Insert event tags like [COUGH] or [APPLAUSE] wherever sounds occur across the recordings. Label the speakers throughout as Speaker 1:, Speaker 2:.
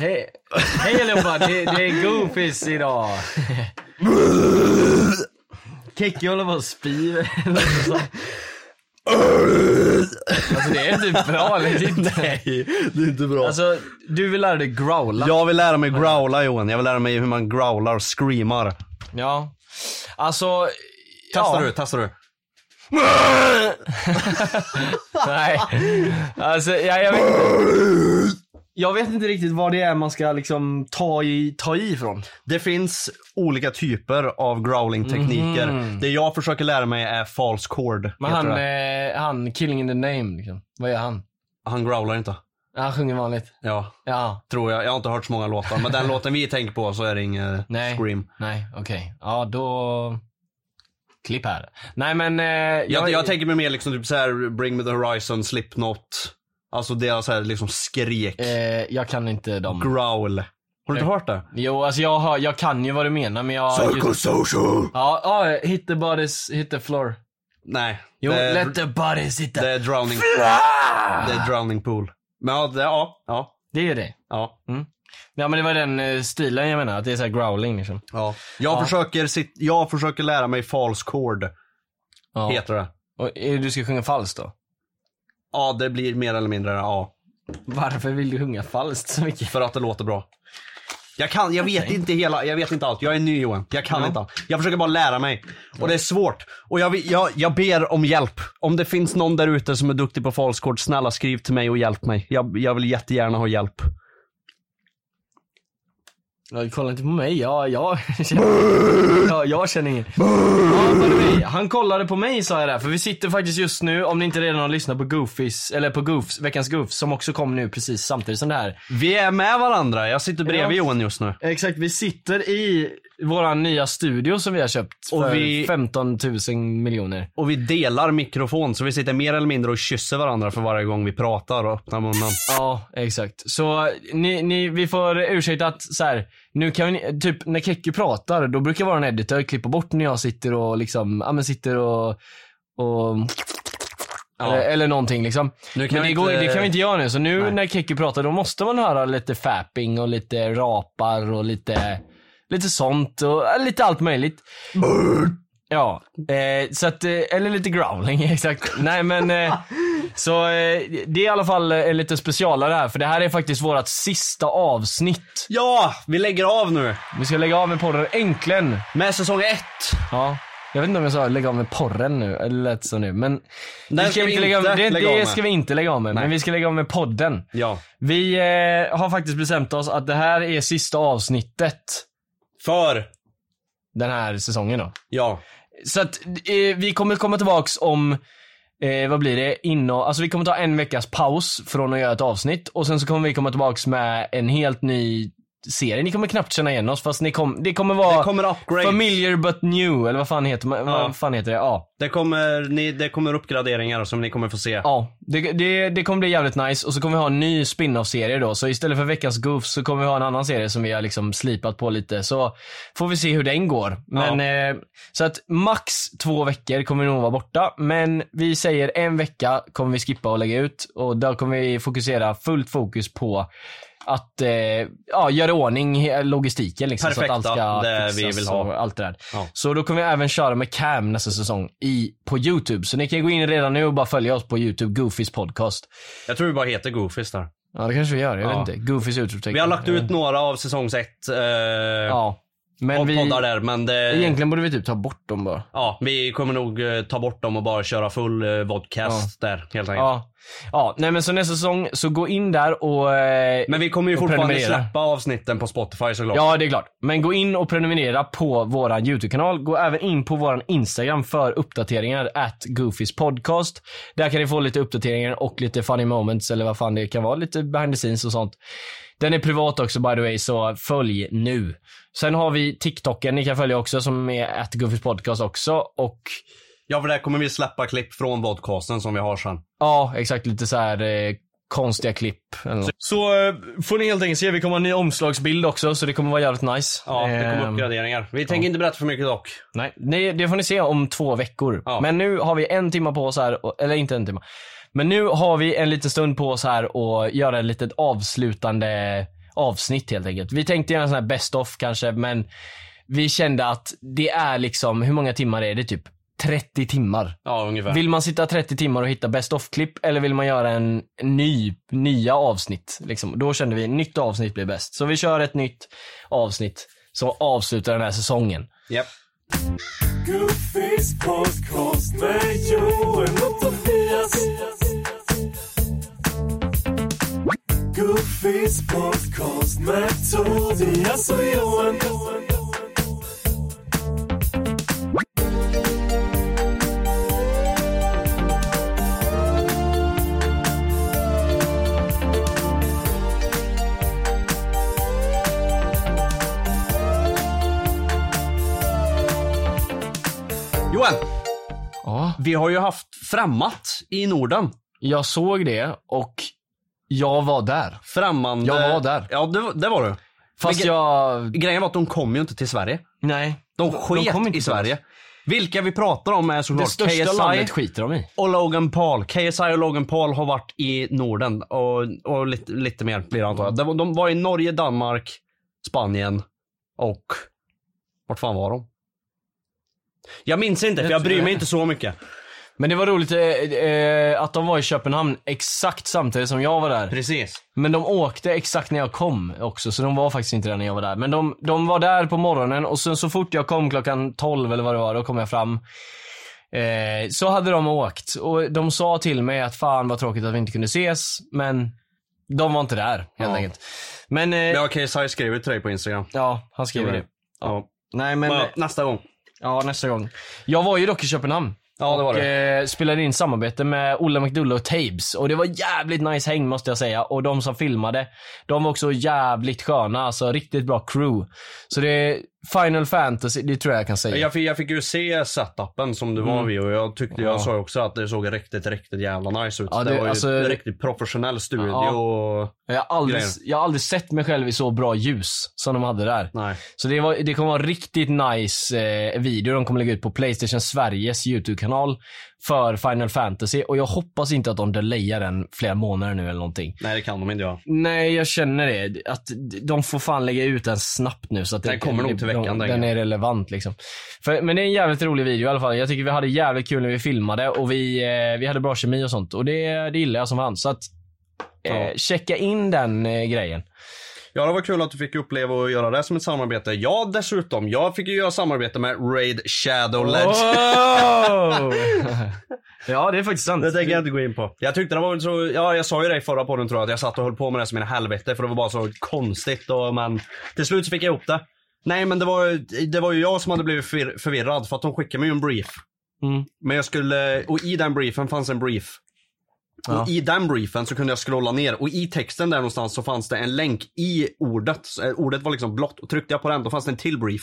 Speaker 1: Hej hej allihopa, det, det är Goofies idag. Kekki håller på att spy. alltså det är inte bra eller [LAUGHS] inte.
Speaker 2: Nej, det är inte bra.
Speaker 1: Alltså du vill lära dig growla.
Speaker 2: jag vill lära mig growla Johan. Jag vill lära mig hur man growlar och screamar.
Speaker 1: Ja. Alltså.
Speaker 3: Testar
Speaker 1: ja.
Speaker 3: du, testar du.
Speaker 1: [LAUGHS] Nej. Alltså ja, jag vet Jag vet inte riktigt vad det är man ska liksom ta i, ta i ifrån.
Speaker 2: Det finns olika typer av growling-tekniker. Det jag försöker lära mig är false chord.
Speaker 1: Men
Speaker 2: heter
Speaker 1: han,
Speaker 2: det.
Speaker 1: eh, han, killing in the name liksom. Vad gör han?
Speaker 2: han growlar inte.
Speaker 1: Han sjunger vanligt.
Speaker 2: Ja,
Speaker 1: Ja.
Speaker 2: tror jag. Jag har inte hört så många låtar. Men den låten vi tänker på så är det ingen
Speaker 1: Nej.
Speaker 2: scream.
Speaker 1: Nej, okej. Ja, då... Klipp här. Nej men... Eh,
Speaker 2: Jag, jag tänker mig mer liksom typ såhär Bring Me The Horizon, Slipknot. Alltså deras såhär liksom skrek.
Speaker 1: eh, jag kan inte dem.
Speaker 2: Growl. Har du inte hört det?
Speaker 1: jo, alltså jag, har, jag kan ju vad du menar men jag... just-
Speaker 2: social.
Speaker 1: Ja, ja, hit the bodies, hit the floor.
Speaker 2: Nej.
Speaker 1: Jo,
Speaker 2: det, är,
Speaker 1: let the bodies hit the...
Speaker 2: det är drowning. Det är drowning pool. Men ja, det, ja, ja,
Speaker 1: Det är ju det.
Speaker 2: ja.
Speaker 1: Ja men det var den eh, stilen jag menar, att det är så här growling liksom.
Speaker 2: ja. Jag, Försöker sit, jag försöker lära mig false chord,
Speaker 1: Ja.
Speaker 2: heter det.
Speaker 1: Och eh, du ska sjunga falskt då?
Speaker 2: Ja, det blir mer eller mindre det, ja.
Speaker 1: Varför vill du sjunga falskt så mycket?
Speaker 2: För att det låter bra. Jag kan, jag vet inte hela, jag vet inte allt. Jag är ny Johan. Jag kan inte allt. Jag försöker bara lära mig. Och det är svårt. Och jag, vill- jag, jag ber om hjälp. Om det finns någon där ute som är duktig på falskord, snälla skriv till mig och hjälp mig. Jag, jag vill jättegärna ha hjälp.
Speaker 1: Ja, kolla inte på mig, jag, jag, [LAUGHS] känner, jag, jag känner ingen. Ja, kolla på mig. Han kollade på mig sa jag där, för vi sitter faktiskt just nu, om ni inte redan har lyssnat på Goofies, eller på Goofs, veckans Goofs, som också kom nu precis samtidigt som det här.
Speaker 2: Vi är med varandra. Jag sitter bredvid
Speaker 1: Ja.
Speaker 2: Johan just nu.
Speaker 1: Exakt, vi sitter i våran nya studio som vi har köpt
Speaker 2: Och
Speaker 1: för
Speaker 2: vi-
Speaker 1: 15 000 miljoner.
Speaker 2: Och vi delar mikrofon så vi sitter mer eller mindre och kysser varandra för varje gång vi pratar och öppnar munnen.
Speaker 1: Ja, exakt. Så ni, ni, vi får ursäkta att så här, nu kan vi, typ när Kekki pratar, då brukar våran editor klippa bort när jag sitter och liksom, ja men sitter och, och
Speaker 2: Ja.
Speaker 1: eller, eller någonting liksom.
Speaker 2: Nu
Speaker 1: Men det, går, det kan vi inte göra nu, så nu
Speaker 2: Nej.
Speaker 1: när Kekki pratar då måste man höra lite fapping och lite rapar och lite, lite sånt och äh, lite allt möjligt. Ja, eh, så att, eh, eller lite growling [LAUGHS] exakt. Nej men, eh, så eh, det är i alla fall eh, en liten specialare här för det här är faktiskt vårt sista avsnitt.
Speaker 2: Ja, vi lägger av nu.
Speaker 1: Vi ska lägga av med porren, äntligen!
Speaker 2: Med säsong ett.
Speaker 1: Ja. Jag vet inte om jag sa lägga av med porren nu, eller lät så nu. Men
Speaker 2: Den
Speaker 1: vi
Speaker 2: ska vi
Speaker 1: lägga av,
Speaker 2: inte
Speaker 1: det,
Speaker 2: lägga av
Speaker 1: det
Speaker 2: med.
Speaker 1: ska vi inte lägga av med, men vi ska lägga av med podden.
Speaker 2: Ja.
Speaker 1: Vi eh, har faktiskt bestämt oss att det här är sista avsnittet
Speaker 2: För.
Speaker 1: den här säsongen då.
Speaker 2: Ja.
Speaker 1: Så att eh, vi kommer komma tillbaks om, eh, vad blir det, inom, alltså vi kommer ta en veckas paus från att göra ett avsnitt och sen så kommer vi komma tillbaks med en helt ny serie. Ni kommer knappt känna igen oss fast ni kom, det kommer vara
Speaker 2: Det kommer upgrades.
Speaker 1: Familiar but new, eller vad fan heter, man,
Speaker 2: Ja.
Speaker 1: vad fan heter det? Ja.
Speaker 2: Det kommer, ni, det kommer uppgraderingar som ni kommer få se.
Speaker 1: Ja, det, det, det kommer bli jävligt nice och så kommer vi ha en ny spin-off-serie då. Så istället för veckans goof så kommer vi ha en annan serie som vi har liksom slipat på lite. Så får vi se hur den går. Men, eh, så att max två veckor kommer vi nog vara borta. Men vi säger en vecka kommer vi skippa och lägga ut och då kommer vi fokusera fullt fokus på att eh, ja, göra i ordning he- logistiken liksom, så att
Speaker 2: Perfekta,
Speaker 1: allt ska
Speaker 2: det
Speaker 1: fixas
Speaker 2: vi vill ha.
Speaker 1: och allt det där.
Speaker 2: Ja.
Speaker 1: Så då kommer vi även köra med Cam nästa säsong i, på YouTube. Så ni kan gå in redan nu och bara följa oss på YouTube, Goofys podcast.
Speaker 2: Jag tror vi bara heter Goofies där.
Speaker 1: Ja det kanske vi gör, jag
Speaker 2: Ja.
Speaker 1: vet inte. Goofys utropstecken.
Speaker 2: Vi har lagt ut några av säsongs ett eh,
Speaker 1: Ja. Men
Speaker 2: pod-
Speaker 1: vi,
Speaker 2: poddar där Mm. men det,
Speaker 1: egentligen borde vi typ ta bort dem bara.
Speaker 2: ja, vi kommer nog eh, ta bort dem och bara köra full eh, vodcast där helt enkelt.
Speaker 1: Ja. Ja, nej men så nästa säsong, så gå in där och... eh,
Speaker 2: Men vi kommer ju
Speaker 1: Och
Speaker 2: fortfarande
Speaker 1: prenumerera.
Speaker 2: släppa avsnitten på Spotify såklart.
Speaker 1: Ja, det är klart. Men gå in och prenumerera på våran YouTube-kanal. Gå även in på våran Instagram för uppdateringar, at Goofys podcast. Där kan ni få lite uppdateringar och lite funny moments eller vad fan det kan vara, lite behind the scenes och sånt. Den är privat också by the way, så följ nu. Sen har vi TikToken ni kan följa också som är at Goofys podcast också och
Speaker 2: Ja för där kommer vi släppa klipp från vodcasten som vi har sen.
Speaker 1: ja, exakt lite så här eh, konstiga klipp. Eller så så eh, får ni helt enkelt se, vi kommer ha en ny omslagsbild också så det kommer vara jävligt nice.
Speaker 2: Ja, det kommer
Speaker 1: Ehm,
Speaker 2: uppgraderingar. Vi tänker inte berätta för mycket dock.
Speaker 1: Nej, det, det får ni se om två veckor.
Speaker 2: Ja.
Speaker 1: Men nu har vi en timme på oss här, och- eller inte en timme. Men nu har vi en liten stund på oss här och göra ett litet avslutande avsnitt helt enkelt. Vi tänkte göra en sån här best of kanske, men vi kände att det är liksom, hur många timmar är det? Typ 30 timmar.
Speaker 2: Ja, ungefär.
Speaker 1: Vill man sitta 30 timmar och hitta best of-klipp eller vill man göra en ny, nya avsnitt? Liksom? Då kände vi, nytt avsnitt blir bäst. Så vi kör ett nytt avsnitt som avslutar den här säsongen.
Speaker 2: Japp.
Speaker 3: Goofies podcast med Joel och Tobias. Goofies podcast med Tobias och Johan.
Speaker 2: Johan,
Speaker 1: Ja.
Speaker 2: vi har ju haft frammat i Norden.
Speaker 1: Jag såg det och jag var där.
Speaker 2: Frammande...
Speaker 1: Jag var där.
Speaker 2: Ja, det, det var du.
Speaker 1: Fast
Speaker 2: Vilket-
Speaker 1: jag...
Speaker 2: Grejen var att de kom ju inte till Sverige.
Speaker 1: Nej.
Speaker 2: De sket
Speaker 1: kom inte
Speaker 2: i
Speaker 1: till
Speaker 2: Sverige. Vilka vi pratar om är
Speaker 1: Det
Speaker 2: såklart
Speaker 1: största
Speaker 2: KSI
Speaker 1: landet skiter de i.
Speaker 2: och Logan Paul. KSI och Logan Paul har varit i Norden och, och lite, lite mer blir det antar jag. De, de var i Norge, Danmark, Spanien och... Vart fan var de? Jag minns inte för jag bryr mig inte så mycket.
Speaker 1: Men det var roligt eh, eh, att de var i Köpenhamn exakt samtidigt som jag var där.
Speaker 2: Precis.
Speaker 1: Men de åkte exakt när jag kom också, så de var faktiskt inte där när jag var där. Men de, de var där på morgonen och sen så fort jag kom klockan 12 eller vad det var, då kom jag fram. Eh, så hade de åkt och de sa till mig att fan vad tråkigt att vi inte kunde ses, men de var inte där helt
Speaker 2: Ja.
Speaker 1: enkelt. Men eh,
Speaker 2: Ja, KSI skrev ju till dig på Instagram.
Speaker 1: ja, han skriver
Speaker 2: Gjorde
Speaker 1: det.
Speaker 2: det. Ja.
Speaker 1: Nej men,
Speaker 2: Ja, nästa gång.
Speaker 1: ja nästa gång. Jag var ju dock i Köpenhamn.
Speaker 2: Ja, det var
Speaker 1: och,
Speaker 2: det.
Speaker 1: eh, spelade in samarbete med Olle McDullough och Tabes. Och det var jävligt nice häng måste jag säga. Och de som filmade, de var också jävligt sköna. Alltså riktigt bra crew. Så det är Final Fantasy, det tror jag jag kan säga.
Speaker 2: Jag fick, jag fick ju se setupen som du var vid och jag tyckte, jag sa ju också att det såg riktigt, riktigt jävla nice ut.
Speaker 1: Ja,
Speaker 2: det,
Speaker 1: det-
Speaker 2: var ju
Speaker 1: alltså-
Speaker 2: en riktigt professionell studio
Speaker 1: Ja.
Speaker 2: och...
Speaker 1: Jag, har aldrig,
Speaker 2: grejer.
Speaker 1: jag har aldrig sett mig själv i så bra ljus som de hade där.
Speaker 2: Nej.
Speaker 1: Så det, var, det kommer vara en riktigt nice eh, video de kommer lägga ut på Playstation Sveriges YouTube-kanal för Final Fantasy. Och jag hoppas inte att de delayar den flera månader nu eller någonting.
Speaker 2: Nej, det kan de inte göra.
Speaker 1: Nej, jag känner det. Att de får fan lägga ut den snabbt nu. Så att
Speaker 2: Den kommer nog till veckan,
Speaker 1: Den,
Speaker 2: den
Speaker 1: är relevant liksom. För, men det är en jävligt rolig video i alla fall. Jag tycker vi hade jävligt kul när vi filmade och vi, eh, vi hade bra kemi och sånt. Och det, det gillar jag som fan. Så att eh,
Speaker 2: Ja.
Speaker 1: checka in den eh, grejen.
Speaker 2: Ja, det var kul att du fick uppleva och göra det som ett samarbete. Ja, dessutom. Jag fick ju göra samarbete med Raid Shadow Legends. [LAUGHS]
Speaker 1: Wow! ja, det är faktiskt sant.
Speaker 2: Det tänker jag inte gå in på. Jag tyckte det var väl så, ja jag sa ju det i förra podden tror jag, att jag satt och höll på med det som en helvete för det var bara så konstigt och men till slut så fick jag ihop det. Nej men det var, ju- det var ju jag som hade blivit förvir- förvirrad för att de skickade mig ju en brief.
Speaker 1: Mm.
Speaker 2: Men jag skulle, och i den briefen fanns en brief.
Speaker 1: Ja.
Speaker 2: Och i den briefen så kunde jag scrolla ner och i texten där någonstans så fanns det en länk i ordet. Så, eh, Ordet var liksom blått och tryckte jag på den då fanns det en till brief.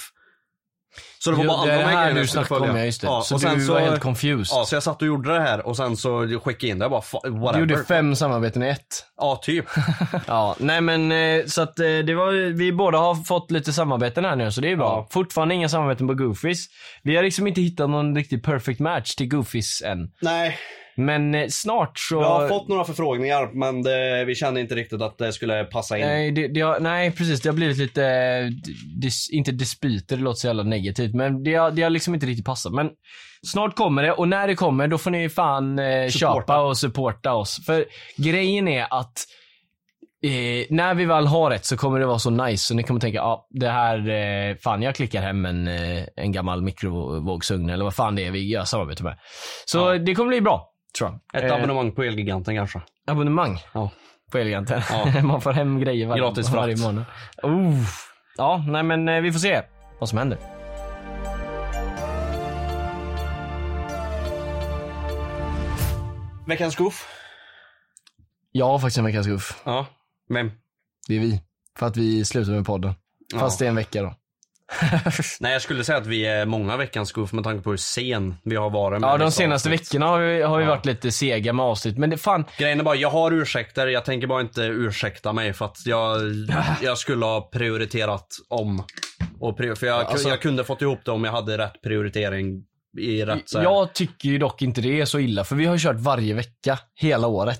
Speaker 2: Så det var
Speaker 1: Jo,
Speaker 2: bara alla
Speaker 1: det
Speaker 2: de
Speaker 1: är det
Speaker 2: här
Speaker 1: här
Speaker 2: grejerna
Speaker 1: du
Speaker 2: jag skulle
Speaker 1: snackade om,
Speaker 2: följa.
Speaker 1: ja just det.
Speaker 2: Ja,
Speaker 1: så
Speaker 2: och
Speaker 1: du
Speaker 2: sen
Speaker 1: var helt confused.
Speaker 2: Ja, så jag satt och gjorde det här och sen så skickade jag in det. Jag bara, fa-
Speaker 1: du
Speaker 2: whatever.
Speaker 1: gjorde fem samarbeten i ett.
Speaker 2: Ja, typ.
Speaker 1: Ja, nej men eh, så att eh, det var, vi båda har fått lite samarbeten här nu så det är bra.
Speaker 2: Ja.
Speaker 1: Fortfarande inga samarbeten på Goofies. Vi har liksom inte hittat någon riktigt perfect match till Goofies än.
Speaker 2: Nej,
Speaker 1: Men eh, snart så...
Speaker 2: jag har fått några förfrågningar men det, vi kände inte riktigt att det skulle passa in.
Speaker 1: Nej, det, det har, nej precis, det har blivit lite, eh, dis, inte dispyter, det låter så jävla negativt. Men det har, det har liksom inte riktigt passat. Men snart kommer det och när det kommer då får ni fan eh,
Speaker 2: Supporta.
Speaker 1: köpa och supporta oss. För grejen är att eh, när vi väl har ett så kommer det vara så nice så ni kommer tänka, ja ah, det här, eh, fan jag klickar hem en, eh, en gammal mikrovågsugn eller vad fan det är vi gör samarbete med. Så
Speaker 2: Ja.
Speaker 1: det kommer bli bra, tror jag. Eh,
Speaker 2: Ett abonnemang på Elgiganten kanske.
Speaker 1: Abonnemang
Speaker 2: Ja.
Speaker 1: på Elgiganten.
Speaker 2: Ja.
Speaker 1: [LAUGHS] Man får hem grejer varje,
Speaker 2: Gratis frakt.
Speaker 1: varje månad. Oh. Ja, nej men eh, vi får se vad som händer.
Speaker 2: Veckans goof.
Speaker 1: Jag har faktiskt en veckans guff.
Speaker 2: Ja. Vem?
Speaker 1: Det är vi. För att vi slutar med podden. Fast det är en vecka då.
Speaker 2: Nej, jag skulle säga att vi är många veckans goof med tanke på hur sen vi har varit. med liksom.
Speaker 1: Ja,
Speaker 2: vissa
Speaker 1: de senaste
Speaker 2: avsnitt.
Speaker 1: veckorna har vi, har vi
Speaker 2: Ja.
Speaker 1: varit lite sega med avsnitt. Men det, fan,
Speaker 2: Grejen är bara, jag har ursäkter. Jag tänker bara inte ursäkta mig för
Speaker 1: [LAUGHS]
Speaker 2: att jag, jag skulle ha prioriterat om. Och prior, för jag,
Speaker 1: Alltså-
Speaker 2: jag kunde fått ihop det om jag hade rätt prioritering i rätt så här-
Speaker 1: Jag tycker ju dock inte det är så illa, för vi har ju kört varje vecka hela året.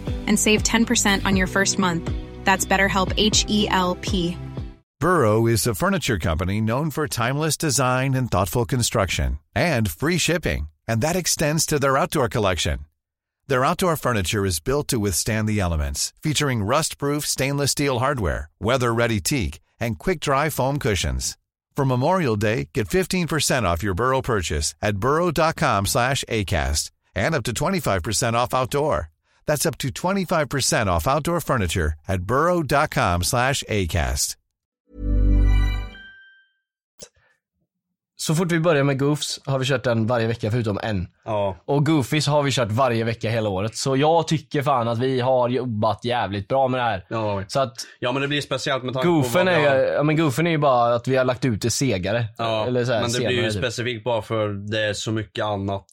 Speaker 4: and save 10% on your first month. That's BetterHelp H E L P.
Speaker 5: Burrow is a furniture company known for timeless design and thoughtful construction and free shipping, and that extends to their outdoor collection. Their outdoor furniture is built to withstand the elements, featuring rust-proof stainless steel hardware, weather-ready teak, and quick-dry foam cushions. For Memorial Day, get 15% off your Burrow purchase at burrow.com/acast and up to 25% off outdoor. That's up to 25% off outdoor furniture at burrow.com/acast.
Speaker 1: Så fort vi börjar med Goofs har vi kört den varje vecka förutom en.
Speaker 2: Ja.
Speaker 1: Och Goofies har vi kört varje vecka hela året. Så jag tycker fan att vi har jobbat jävligt bra med det här.
Speaker 2: Ja.
Speaker 1: Så att
Speaker 2: ja men det blir speciellt med tanke
Speaker 1: Goofen
Speaker 2: på
Speaker 1: är,
Speaker 2: vad vi har-
Speaker 1: ju- ja, men goofen är ju bara att vi har lagt ut det segare.
Speaker 2: Ja,
Speaker 1: Eller så här,
Speaker 2: men det blir ju
Speaker 1: senare, typ.
Speaker 2: specifikt bara för det är så mycket annat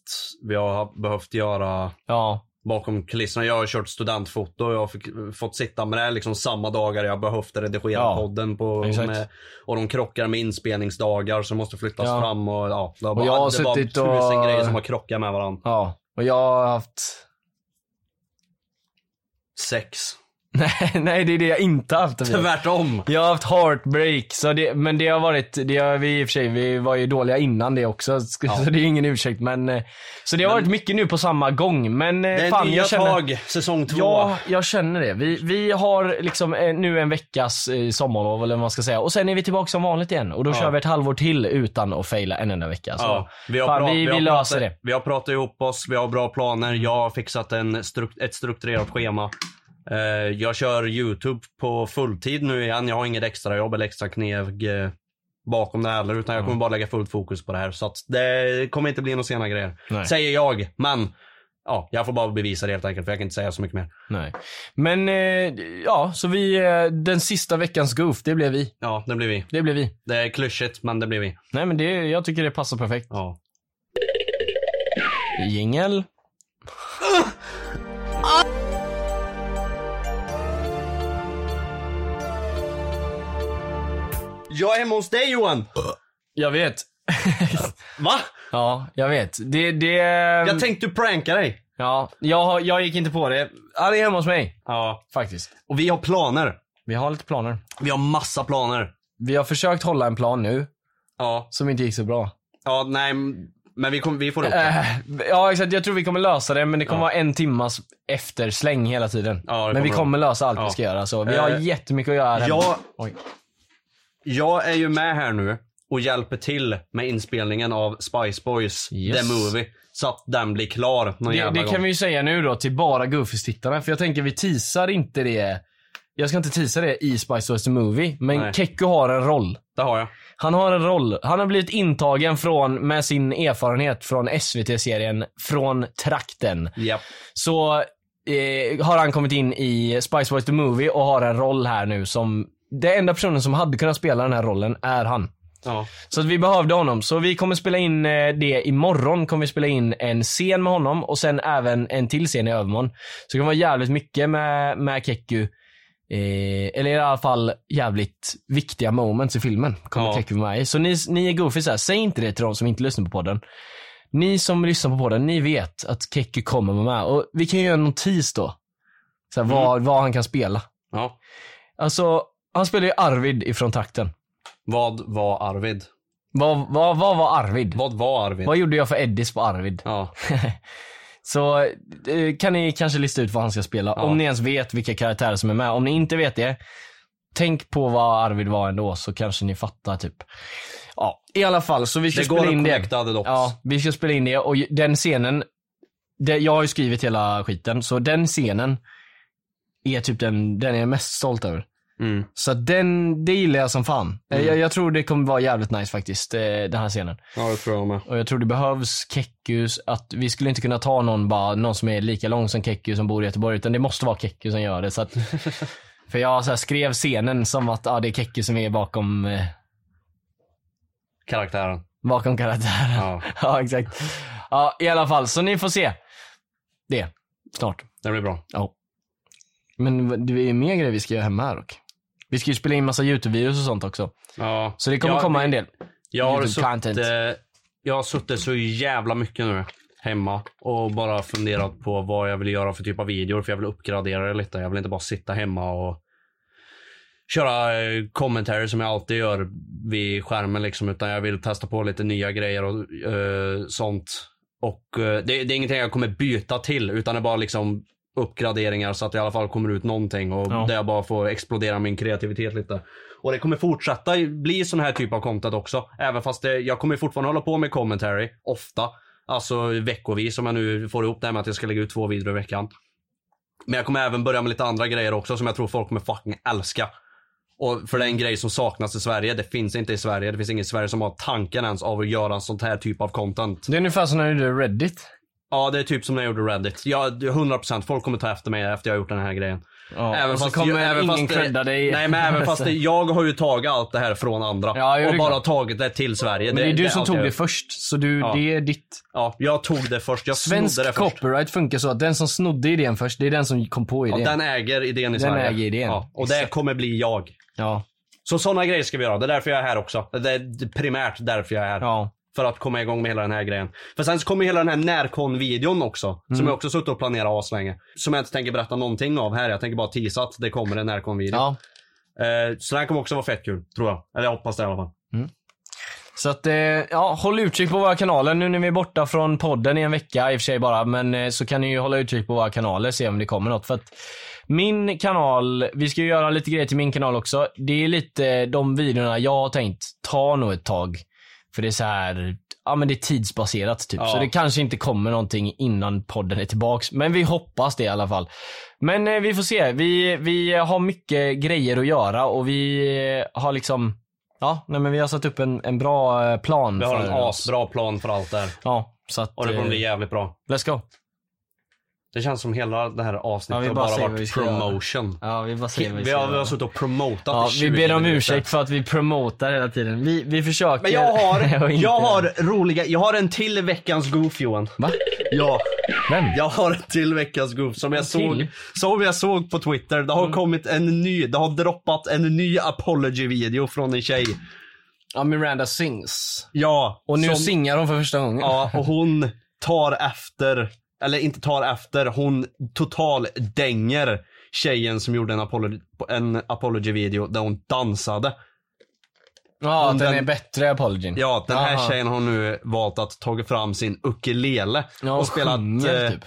Speaker 2: vi har behövt göra
Speaker 1: Ja.
Speaker 2: bakom kulisserna. Jag har kört studentfoto och jag har fick, fått sitta med det här liksom samma dagar jag behövde redigera
Speaker 1: Ja,
Speaker 2: podden. På,
Speaker 1: exakt.
Speaker 2: med, och de krockar med inspelningsdagar som måste flyttas
Speaker 1: Ja.
Speaker 2: fram. Och, ja, det, var, bara-
Speaker 1: jag har
Speaker 2: det var
Speaker 1: suttit
Speaker 2: tusen
Speaker 1: och-
Speaker 2: grejer som har krockat med varandra.
Speaker 1: Ja. Och jag har haft... [LAUGHS]
Speaker 2: Sex.
Speaker 1: Nej, nej det är det jag inte har haft.
Speaker 2: Tvärtom.
Speaker 1: Jag har haft heartbreak, så det, men det har varit, det har vi i och för sig, vi var ju dåliga innan det också, så [LAUGHS] så det är ingen ursäkt. Men, eh, så det har varit mycket nu på samma gång, men eh,
Speaker 2: Det är
Speaker 1: fan
Speaker 2: nya
Speaker 1: jag känner...
Speaker 2: tag, säsong två.
Speaker 1: Ja, jag känner det. Vi, vi har liksom eh, nu en veckas eh, sommarlov eller vad man ska säga. Och sen är vi tillbaka som vanligt igen. Och då kör vi ett halvår till utan att faila en enda vecka. Så
Speaker 2: Ja,
Speaker 1: vi, fan,
Speaker 2: pra-
Speaker 1: vi, vi,
Speaker 2: har
Speaker 1: löser
Speaker 2: pratat,
Speaker 1: det.
Speaker 2: Vi har pratat ihop oss, vi har bra planer. Jag har fixat en struk- ett strukturerat schema. Eh, jag kör YouTube på fulltid nu igen. Jag har inget extra jobb eller extra kneg eh, bakom det här heller, utan jag
Speaker 1: Mm.
Speaker 2: kommer bara lägga fullt fokus på det här. Så att det kommer inte bli några sena grejer.
Speaker 1: Nej.
Speaker 2: Säger jag, men ja, jag får bara bevisa det helt enkelt, för jag kan inte säga så mycket mer.
Speaker 1: Nej. Men eh, ja, så vi, eh, den sista veckans goof, det blev vi.
Speaker 2: Ja, det blir vi.
Speaker 1: Det blev vi.
Speaker 2: Det är klyschigt, men det blir vi.
Speaker 1: Nej men det, jag tycker det passar perfekt.
Speaker 2: Ja.
Speaker 1: Jingel.
Speaker 2: Jag är hemma hos dig Johan!
Speaker 1: Jag vet.
Speaker 2: Va?
Speaker 1: [LAUGHS] ja, jag vet. Det, det... Mm.
Speaker 2: Jag tänkte pranka dig.
Speaker 1: ja, jag, har- jag gick inte på det. Han är hemma hos mig,
Speaker 2: Ja.
Speaker 1: faktiskt.
Speaker 2: Och vi har planer.
Speaker 1: Vi har lite planer.
Speaker 2: Vi har massa planer.
Speaker 1: Vi har försökt hålla en plan nu,
Speaker 2: Ja,
Speaker 1: som inte gick så bra.
Speaker 2: ja nej, m- men vi, kom, vi får upp det.
Speaker 1: Äh. Ja exakt, jag tror vi kommer lösa det men det kommer vara en timmas eftersläng hela tiden.
Speaker 2: Ja, det
Speaker 1: men vi
Speaker 2: kommer
Speaker 1: kommer lösa allt vi
Speaker 2: Ja.
Speaker 1: ska göra så. Vi har
Speaker 2: Eh,
Speaker 1: jättemycket att göra här hemma.
Speaker 2: jag-
Speaker 1: Oj.
Speaker 2: Jag är ju med här nu och hjälper till med inspelningen av Spice Boys
Speaker 1: Yes.
Speaker 2: The Movie. Så att den blir klar någon
Speaker 1: Det,
Speaker 2: jävla
Speaker 1: det
Speaker 2: gång.
Speaker 1: kan vi ju säga nu då till bara Goofies-tittarna för jag tänker vi teasar inte det. Jag ska inte teasa det i Spice Wars The Movie men
Speaker 2: Nej.
Speaker 1: Kekko har en roll.
Speaker 2: Det har jag.
Speaker 1: Han har en roll. Han har blivit intagen från, med sin erfarenhet från SVT-serien Från trakten.
Speaker 2: Japp.
Speaker 1: så eh, har han kommit in i Spice Boys The Movie och har en roll här nu som den enda personen som hade kunnat spela den här rollen är han.
Speaker 2: Ja.
Speaker 1: Så att vi behövde honom. Så vi kommer spela in eh, det imorgon. Kommer vi spela in en scen med honom och sen även en till scen i övermorgon. Så det kommer vara jävligt mycket med, med Keku. Eh, eller i alla fall jävligt viktiga moments i filmen. Kommer
Speaker 2: Ja.
Speaker 1: Keku vara med i. Så ni, ni är goofies här. Säg inte det till de som inte lyssnar på podden. Ni som lyssnar på podden, ni vet att Keku kommer vara med. Och vi kan ju göra en notis då. Så här, vad, vad han kan spela.
Speaker 2: ja.
Speaker 1: Alltså, han spelar ju Arvid ifrån trakten.
Speaker 2: Vad var Arvid?
Speaker 1: Vad, vad, vad var Arvid?
Speaker 2: Vad var Arvid?
Speaker 1: Vad gjorde jag för Eddis på Arvid?
Speaker 2: Ja.
Speaker 1: [LAUGHS] Så eh, kan ni kanske lista ut vad han ska spela. Om ni ens vet vilka karaktärer som är med. Om ni inte vet det, tänk på vad Arvid var ändå så kanske ni fattar typ. Ja, i alla fall så vi ska
Speaker 2: Det går
Speaker 1: spela
Speaker 2: att
Speaker 1: in det.
Speaker 2: connecta the dots.
Speaker 1: Ja, vi ska spela in det och den scenen, det, jag har ju skrivit hela skiten, så den scenen är typ den, den jag är mest stolt över.
Speaker 2: Mm.
Speaker 1: Så att den, det gillar jag som fan. Eh, Jag, jag tror det kommer vara jävligt nice faktiskt, eh, den här scenen.
Speaker 2: Ja, det tror jag med.
Speaker 1: Och jag tror det behövs Kekkus, att vi skulle inte kunna ta någon bara, någon som är lika lång som Kekku som bor i Göteborg, utan det måste vara Kekku som gör det. Så att, för jag så här skrev scenen som att ah, det är Kekku som är bakom, eh,
Speaker 2: Karaktären.
Speaker 1: bakom karaktären.
Speaker 2: Ja.
Speaker 1: [LAUGHS] ja, exakt. Ja, i alla fall, så ni får se. Det, snart.
Speaker 2: Det blir bra.
Speaker 1: Ja. Men det är ju mer grejer vi ska göra hemma här och. Vi ska ju spela in massa YouTube-videos och sånt också.
Speaker 2: Ja.
Speaker 1: Så det kommer
Speaker 2: jag,
Speaker 1: komma en del.
Speaker 2: Jag har,
Speaker 1: YouTube
Speaker 2: suttit,
Speaker 1: content.
Speaker 2: eh, jag har suttit så jävla mycket nu hemma och bara funderat på vad jag vill göra för typ av videor för jag vill uppgradera det lite. Jag vill inte bara sitta hemma och köra eh, kommentarer som jag alltid gör vid skärmen liksom utan jag vill testa på lite nya grejer och eh, sånt. Och eh, det, det är ingenting jag kommer byta till utan det är bara liksom uppgraderingar så att det i alla fall kommer ut någonting och
Speaker 1: Ja.
Speaker 2: där jag bara får explodera min kreativitet lite. Och det kommer fortsätta bli sån här typ av content också. Även fast det, jag kommer fortfarande hålla på med commentary ofta. Alltså veckovis om jag nu får ihop det här med att jag ska lägga ut två videor i veckan. Men jag kommer även börja med lite andra grejer också som jag tror folk kommer fucking älska. Och för det är en grej som saknas i Sverige. Det finns inte i Sverige. Det finns ingen i Sverige som har tanken ens av att göra en sånt här typ av content.
Speaker 1: Det är ungefär som när du gjorde Reddit.
Speaker 2: Ja, det är typ som när jag gjorde Reddit. Ja, det är 100% folk kommer ta efter mig efter jag har gjort den här grejen.
Speaker 1: Ja, och så kommer ingen
Speaker 2: det-
Speaker 1: credda dig.
Speaker 2: Nej, men även fast det, jag har ju tagit allt det här från andra.
Speaker 1: Ja, jo, det
Speaker 2: och
Speaker 1: är
Speaker 2: bara
Speaker 1: klart.
Speaker 2: tagit det till Sverige.
Speaker 1: Men det är du som
Speaker 2: allt
Speaker 1: tog
Speaker 2: jag
Speaker 1: det
Speaker 2: gör.
Speaker 1: först, så du, det är ditt.
Speaker 2: Ja, jag tog det först. Jag snodde det
Speaker 1: Svensk
Speaker 2: först.
Speaker 1: copyright funkar så att den som snodde idén först, det är den som kom på
Speaker 2: Ja,
Speaker 1: idén. Ja,
Speaker 2: den äger idén i
Speaker 1: Den
Speaker 2: Sverige.
Speaker 1: äger idén.
Speaker 2: Ja, och det
Speaker 1: Exakt.
Speaker 2: kommer bli jag.
Speaker 1: ja.
Speaker 2: Så sådana grejer ska vi göra. Det är därför jag är här också. Det är primärt därför jag är här. För att komma igång med hela den här grejen. För sen så kommer hela den här Närcon-videon också.
Speaker 1: Mm.
Speaker 2: Som jag också suttit och planerat aslänge. Som jag inte tänker berätta någonting av här. Jag tänker bara teasa att det kommer en Närcon-video.
Speaker 1: ja.
Speaker 2: Eh, så den kommer också vara fett kul, tror jag. Eller jag hoppas det i alla fall.
Speaker 1: Så att, eh, ja, håll utkik på våra kanaler nu när vi är borta från podden i en vecka i och för sig bara, men eh, så kan ni ju hålla utkik på våra kanaler se om det kommer något. För att min kanal, vi ska ju göra lite grejer till min kanal också. Det är lite de videorna jag har tänkt ta nog ett tag. För det är så här, ja men det är tidsbaserat typ.
Speaker 2: Ja.
Speaker 1: Så det kanske inte kommer någonting innan podden är tillbaks. Men vi hoppas det i alla fall. Men eh, vi får se. Vi, vi har mycket grejer att göra och vi eh, har liksom, ja nej, men vi har satt upp en, en bra eh, plan.
Speaker 2: Vi har en
Speaker 1: för-
Speaker 2: asbra plan för allt det här.
Speaker 1: Ja, så att,
Speaker 2: Och det kommer
Speaker 1: eh,
Speaker 2: bli jävligt bra.
Speaker 1: Let's go.
Speaker 2: Det känns som hela det här avsnittet
Speaker 1: Ja, vi
Speaker 2: har
Speaker 1: bara
Speaker 2: bara,
Speaker 1: säger vad vi
Speaker 2: varit
Speaker 1: ska göra.
Speaker 2: promotion.
Speaker 1: Ja, vi bara säger vad vi
Speaker 2: Vi
Speaker 1: ska
Speaker 2: har, vi
Speaker 1: göra.
Speaker 2: har suttit och promotat
Speaker 1: Ja,
Speaker 2: i 20
Speaker 1: vi ber om
Speaker 2: minuter.
Speaker 1: ursäkt för att vi promotar hela tiden. Vi, vi försöker. [LAUGHS]
Speaker 2: Men jag har,
Speaker 1: och inte-
Speaker 2: jag har roliga, jag har en till veckans goof Johan.
Speaker 1: Va?
Speaker 2: Ja,
Speaker 1: Vem?
Speaker 2: jag har en till veckans goof som jag såg,
Speaker 1: till? Mm.
Speaker 2: som jag såg på Twitter. Det har kommit en ny, det har droppat en ny apology-video från en tjej.
Speaker 1: Ja, Miranda sings.
Speaker 2: Ja.
Speaker 1: Och nu
Speaker 2: som,
Speaker 1: singar hon för första gången.
Speaker 2: Ja, och hon tar efter, eller inte tar efter, hon total dänger tjejen som gjorde en apology, en apology video där hon dansade.
Speaker 1: Ja, att den,
Speaker 2: den-
Speaker 1: är bättre, apologin.
Speaker 2: Ja, den här
Speaker 1: Aha.
Speaker 2: tjejen har nu valt att ta fram sin ukulele
Speaker 1: Ja,
Speaker 2: och spelat
Speaker 1: sjunger,
Speaker 2: eh,
Speaker 1: typ.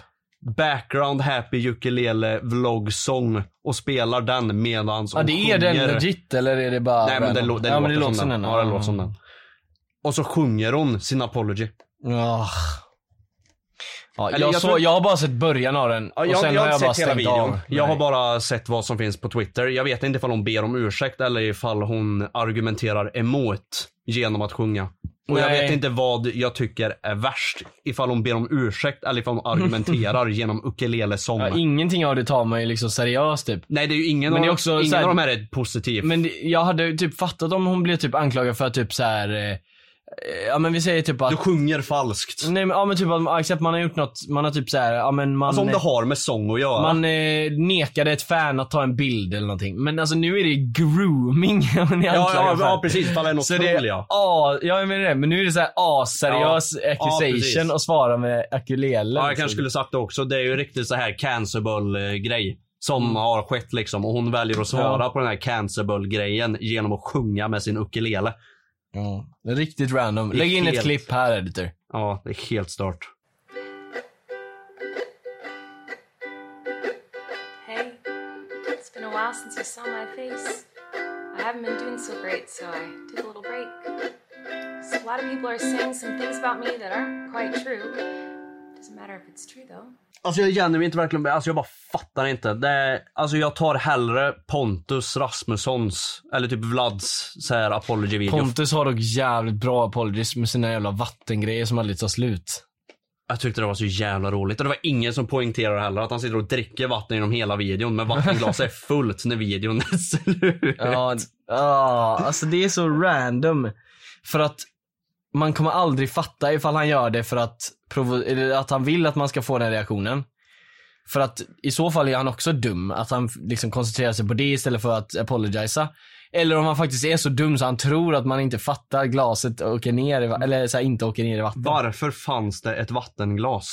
Speaker 2: background happy ukulele vlogg song och spelar den medans
Speaker 1: Ja,
Speaker 2: hon
Speaker 1: det är den
Speaker 2: sjunger.
Speaker 1: legit eller är det bara
Speaker 2: Nej men det, lo-
Speaker 1: random?
Speaker 2: det,
Speaker 1: ja,
Speaker 2: låter,
Speaker 1: men det
Speaker 2: som den. Ja, det låter som den. Och så sjunger hon sin apology.
Speaker 1: Ja. Ja, jag,
Speaker 2: Eller jag
Speaker 1: så,
Speaker 2: tror-
Speaker 1: jag har bara sett början av den
Speaker 2: Ja,
Speaker 1: och
Speaker 2: jag,
Speaker 1: sen
Speaker 2: jag
Speaker 1: har
Speaker 2: har
Speaker 1: jag
Speaker 2: inte
Speaker 1: bara
Speaker 2: sett hela
Speaker 1: stängt
Speaker 2: videon.
Speaker 1: av.
Speaker 2: Jag har
Speaker 1: Nej.
Speaker 2: bara sett vad som finns på Twitter. Jag vet inte ifall hon ber om ursäkt eller ifall hon argumenterar emot genom att sjunga. Och jag
Speaker 1: Nej.
Speaker 2: vet inte vad jag tycker är värst. Ifall hon ber om ursäkt
Speaker 1: [LAUGHS]
Speaker 2: eller ifall hon argumenterar genom ukulelesång.
Speaker 1: ja, ingenting av det tar mig liksom seriöst typ.
Speaker 2: Nej det är ju ingen,
Speaker 1: Men
Speaker 2: av,
Speaker 1: det är också
Speaker 2: ingen
Speaker 1: så här-
Speaker 2: av de här är positiv.
Speaker 1: Men det- jag hade ju typ fattat om hon blev typ anklagad för typ så här. eh, eh, ja men vi säger typ att
Speaker 2: Du sjunger falskt.
Speaker 1: Nej men, ja, men typ att exakt, man har gjort något, man har typ så här, ja men man...
Speaker 2: Alltså om det har med sång att göra.
Speaker 1: Man eh, nekade ett fan att ta en bild eller någonting. Men alltså nu är det grooming. [LAUGHS] ja,
Speaker 2: ja, ja, ja precis, ifall det är något
Speaker 1: Så det,
Speaker 2: troll ja.
Speaker 1: ja, jag menar det. Men nu är det så här aseriös
Speaker 2: Ja,
Speaker 1: accusation
Speaker 2: precis.
Speaker 1: och svara med ukulele.
Speaker 2: Ja, jag
Speaker 1: liksom.
Speaker 2: kanske skulle sagt det också. Det är ju riktigt så här cancerball grej som har skett liksom och hon väljer att svara på den här cancerball grejen genom att sjunga med sin ukulele.
Speaker 1: Ja, det är riktigt random.
Speaker 2: är
Speaker 1: Lägg in ett
Speaker 2: helt-
Speaker 1: klipp här editor.
Speaker 2: Ja, det är helt stört.
Speaker 6: Since you saw my face, I haven't been doing so great, so I took a little break. 'Cause a lot of people are saying some things about me that aren't quite true. Doesn't matter if it's true though.
Speaker 2: Alltså jag känner mig inte verkligen, alltså jag bara fattar inte. Det, är- alltså jag tar hellre Pontus Rasmussons, eller typ Vlads så här apology video.
Speaker 1: Pontus har dock jävligt bra apologies med sina jävla vattengrejer som aldrig tar slut.
Speaker 2: jag tyckte det var så jävla roligt. Och det var ingen som poängterade heller att han sitter och dricker vatten genom hela videon. Men [LAUGHS] vattenglaset är fullt när videon är slut.
Speaker 1: Ja, ja, alltså det är så random. För att man kommer aldrig fatta ifall han gör det för att, provo- eller att han vill att man ska få den reaktionen. För att i så fall är han också dum, att han liksom koncentrerar sig på det istället för att apologisa. Eller om han faktiskt är så dum så han tror att man inte fattar glaset åker ner, i va- eller så här, inte åker ner i vatten.
Speaker 2: Varför fanns det ett vattenglas?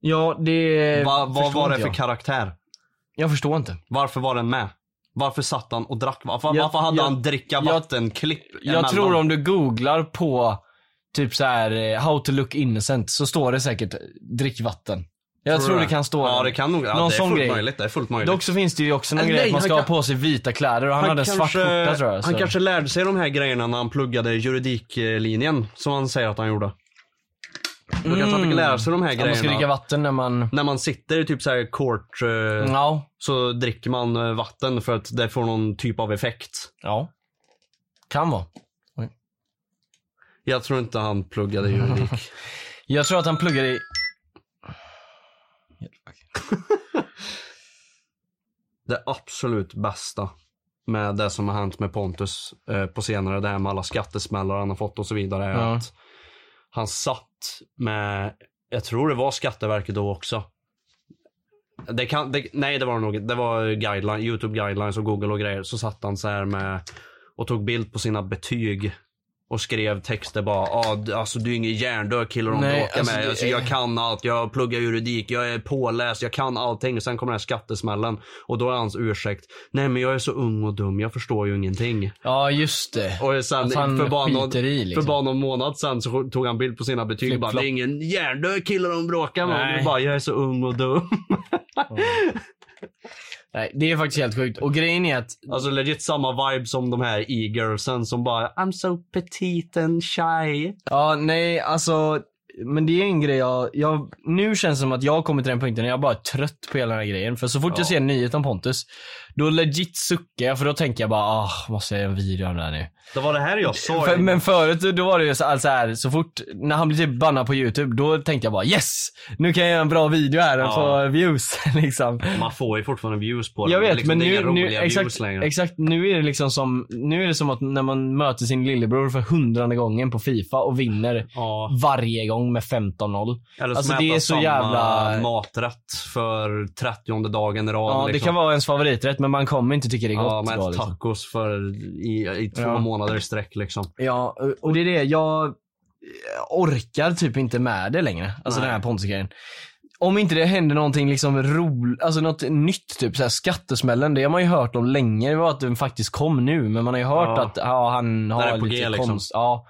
Speaker 1: Ja, det
Speaker 2: Va, vad
Speaker 1: förstår
Speaker 2: var det
Speaker 1: inte
Speaker 2: för
Speaker 1: Eh, jag.
Speaker 2: karaktär?
Speaker 1: Jag förstår inte.
Speaker 2: Varför var den med? Varför satt han och drack? Varför,
Speaker 1: Jag-
Speaker 2: varför hade
Speaker 1: jag-
Speaker 2: han dricka
Speaker 1: jag-
Speaker 2: vatten-klipp
Speaker 1: Jag tror om du googlar på typ så här eh, how to look innocent så står det säkert drick vatten. Jag tror,
Speaker 2: du
Speaker 1: det kan stå
Speaker 2: Ja det kan nog, ja,
Speaker 1: någon
Speaker 2: det är
Speaker 1: sån
Speaker 2: fullt
Speaker 1: grej.
Speaker 2: möjligt. Det är fullt möjligt.
Speaker 1: Dock så finns det ju också någon
Speaker 2: Eller
Speaker 1: grej
Speaker 2: nej,
Speaker 1: att man ska
Speaker 2: han
Speaker 1: ha på sig vita kläder och han, hade en svart skjorta tror jag.
Speaker 2: han
Speaker 1: så.
Speaker 2: kanske lärde sig de här grejerna när han pluggade juridiklinjen, som han säger att han gjorde. Då kanske han fick lära sig de här
Speaker 1: Mm. Ja, man ska
Speaker 2: grejerna.
Speaker 1: dricka vatten när man...
Speaker 2: när man sitter i typ så här court, eh,
Speaker 1: Ja.
Speaker 2: så dricker man eh, vatten för att det får någon typ av effekt.
Speaker 1: ja. Kan vara.
Speaker 2: Jag tror inte
Speaker 1: [LAUGHS]
Speaker 2: han pluggade juridik.
Speaker 1: Jag tror att han pluggade i...
Speaker 2: det absolut bästa med det som har hänt med Pontus eh, på senare, det här med alla skattesmällar han har fått och så vidare, är
Speaker 1: Ja.
Speaker 2: att han satt med, jag tror det var Skatteverket då också. Det kan, det, nej det var det nog inte. Det var guideline, YouTube guidelines och Google och grejer. Så satt han så här med och tog bild på sina betyg och skrev texter bara ah, d- alltså du är ingen hjärndöd kille om du
Speaker 1: Nej,
Speaker 2: åker
Speaker 1: alltså,
Speaker 2: med.
Speaker 1: det
Speaker 2: Alltså,
Speaker 1: är-
Speaker 2: jag kan allt, jag pluggar juridik, jag är påläst, jag kan allting. Sen kommer den här skattesmällen och då är hans ursäkt, nej men jag är så ung och dum, jag förstår ju ingenting.
Speaker 1: Ja, just det.
Speaker 2: Och sen
Speaker 1: Att han
Speaker 2: för, bara någon,
Speaker 1: skiter i, liksom.
Speaker 2: för bara någon månad sen så tog han bild på sina betyg och bara,
Speaker 1: Flip-flop.
Speaker 2: det är ingen hjärndöd kille de bråkar med.
Speaker 1: Nej.
Speaker 2: Och du bara, jag är så ung och dum. [LAUGHS]
Speaker 1: Nej, det är faktiskt helt sjukt. Och grejen är att
Speaker 2: Alltså legit samma vibe som de här e-girlsen som bara I'm so petite and shy.
Speaker 1: Ja, nej, alltså. Men det är en grej jag, jag... Nu känns det som att jag har kommit till den punkten när jag bara är trött på hela den här grejen. För så fort jag ser nyheten om Pontus, då legit suckar jag. För då tänker jag bara, ah, måste jag göra en video om det här nu?
Speaker 2: Det var det här jag sa.
Speaker 1: För, men förut, då var det ju så, alltså här, så fort, när han blev typ bannad på YouTube, då tänkte jag bara yes! Nu kan jag göra en bra video här och
Speaker 2: Ja.
Speaker 1: få views [LAUGHS] liksom.
Speaker 2: Man får ju fortfarande views på det.
Speaker 1: Jag
Speaker 2: Det är
Speaker 1: vet,
Speaker 2: liksom,
Speaker 1: men
Speaker 2: det är
Speaker 1: nu,
Speaker 2: inga
Speaker 1: nu
Speaker 2: roliga views
Speaker 1: exakt,
Speaker 2: längre.
Speaker 1: exakt, nu är det liksom som, nu är det som att när man möter sin lillebror för hundrade gången på Fifa och vinner
Speaker 2: Ja.
Speaker 1: varje gång med 15-0.
Speaker 2: Eller
Speaker 1: Alltså
Speaker 2: som
Speaker 1: det
Speaker 2: äta
Speaker 1: är så
Speaker 2: samma
Speaker 1: jävla...
Speaker 2: maträtt för 30 dagen i rad.
Speaker 1: Ja, det
Speaker 2: liksom.
Speaker 1: kan vara ens favoriträtt men man kommer inte tycka det är gott.
Speaker 2: Ja, man
Speaker 1: då,
Speaker 2: äter
Speaker 1: liksom.
Speaker 2: tacos för i, i två
Speaker 1: Ja.
Speaker 2: månader i sträck liksom.
Speaker 1: Ja, och det är det. Jag eh, orkar typ inte med det längre. Alltså
Speaker 2: Nej.
Speaker 1: den här Pontus-grejen. Om inte det händer någonting liksom roligt, alltså något nytt typ så här skattesmällen. Det har man ju hört om länge. Det var att den faktiskt kom nu, men man har ju hört
Speaker 2: Ja.
Speaker 1: att ja, han
Speaker 2: Den
Speaker 1: har
Speaker 2: är på
Speaker 1: lite
Speaker 2: G, liksom.
Speaker 1: konst. Ja.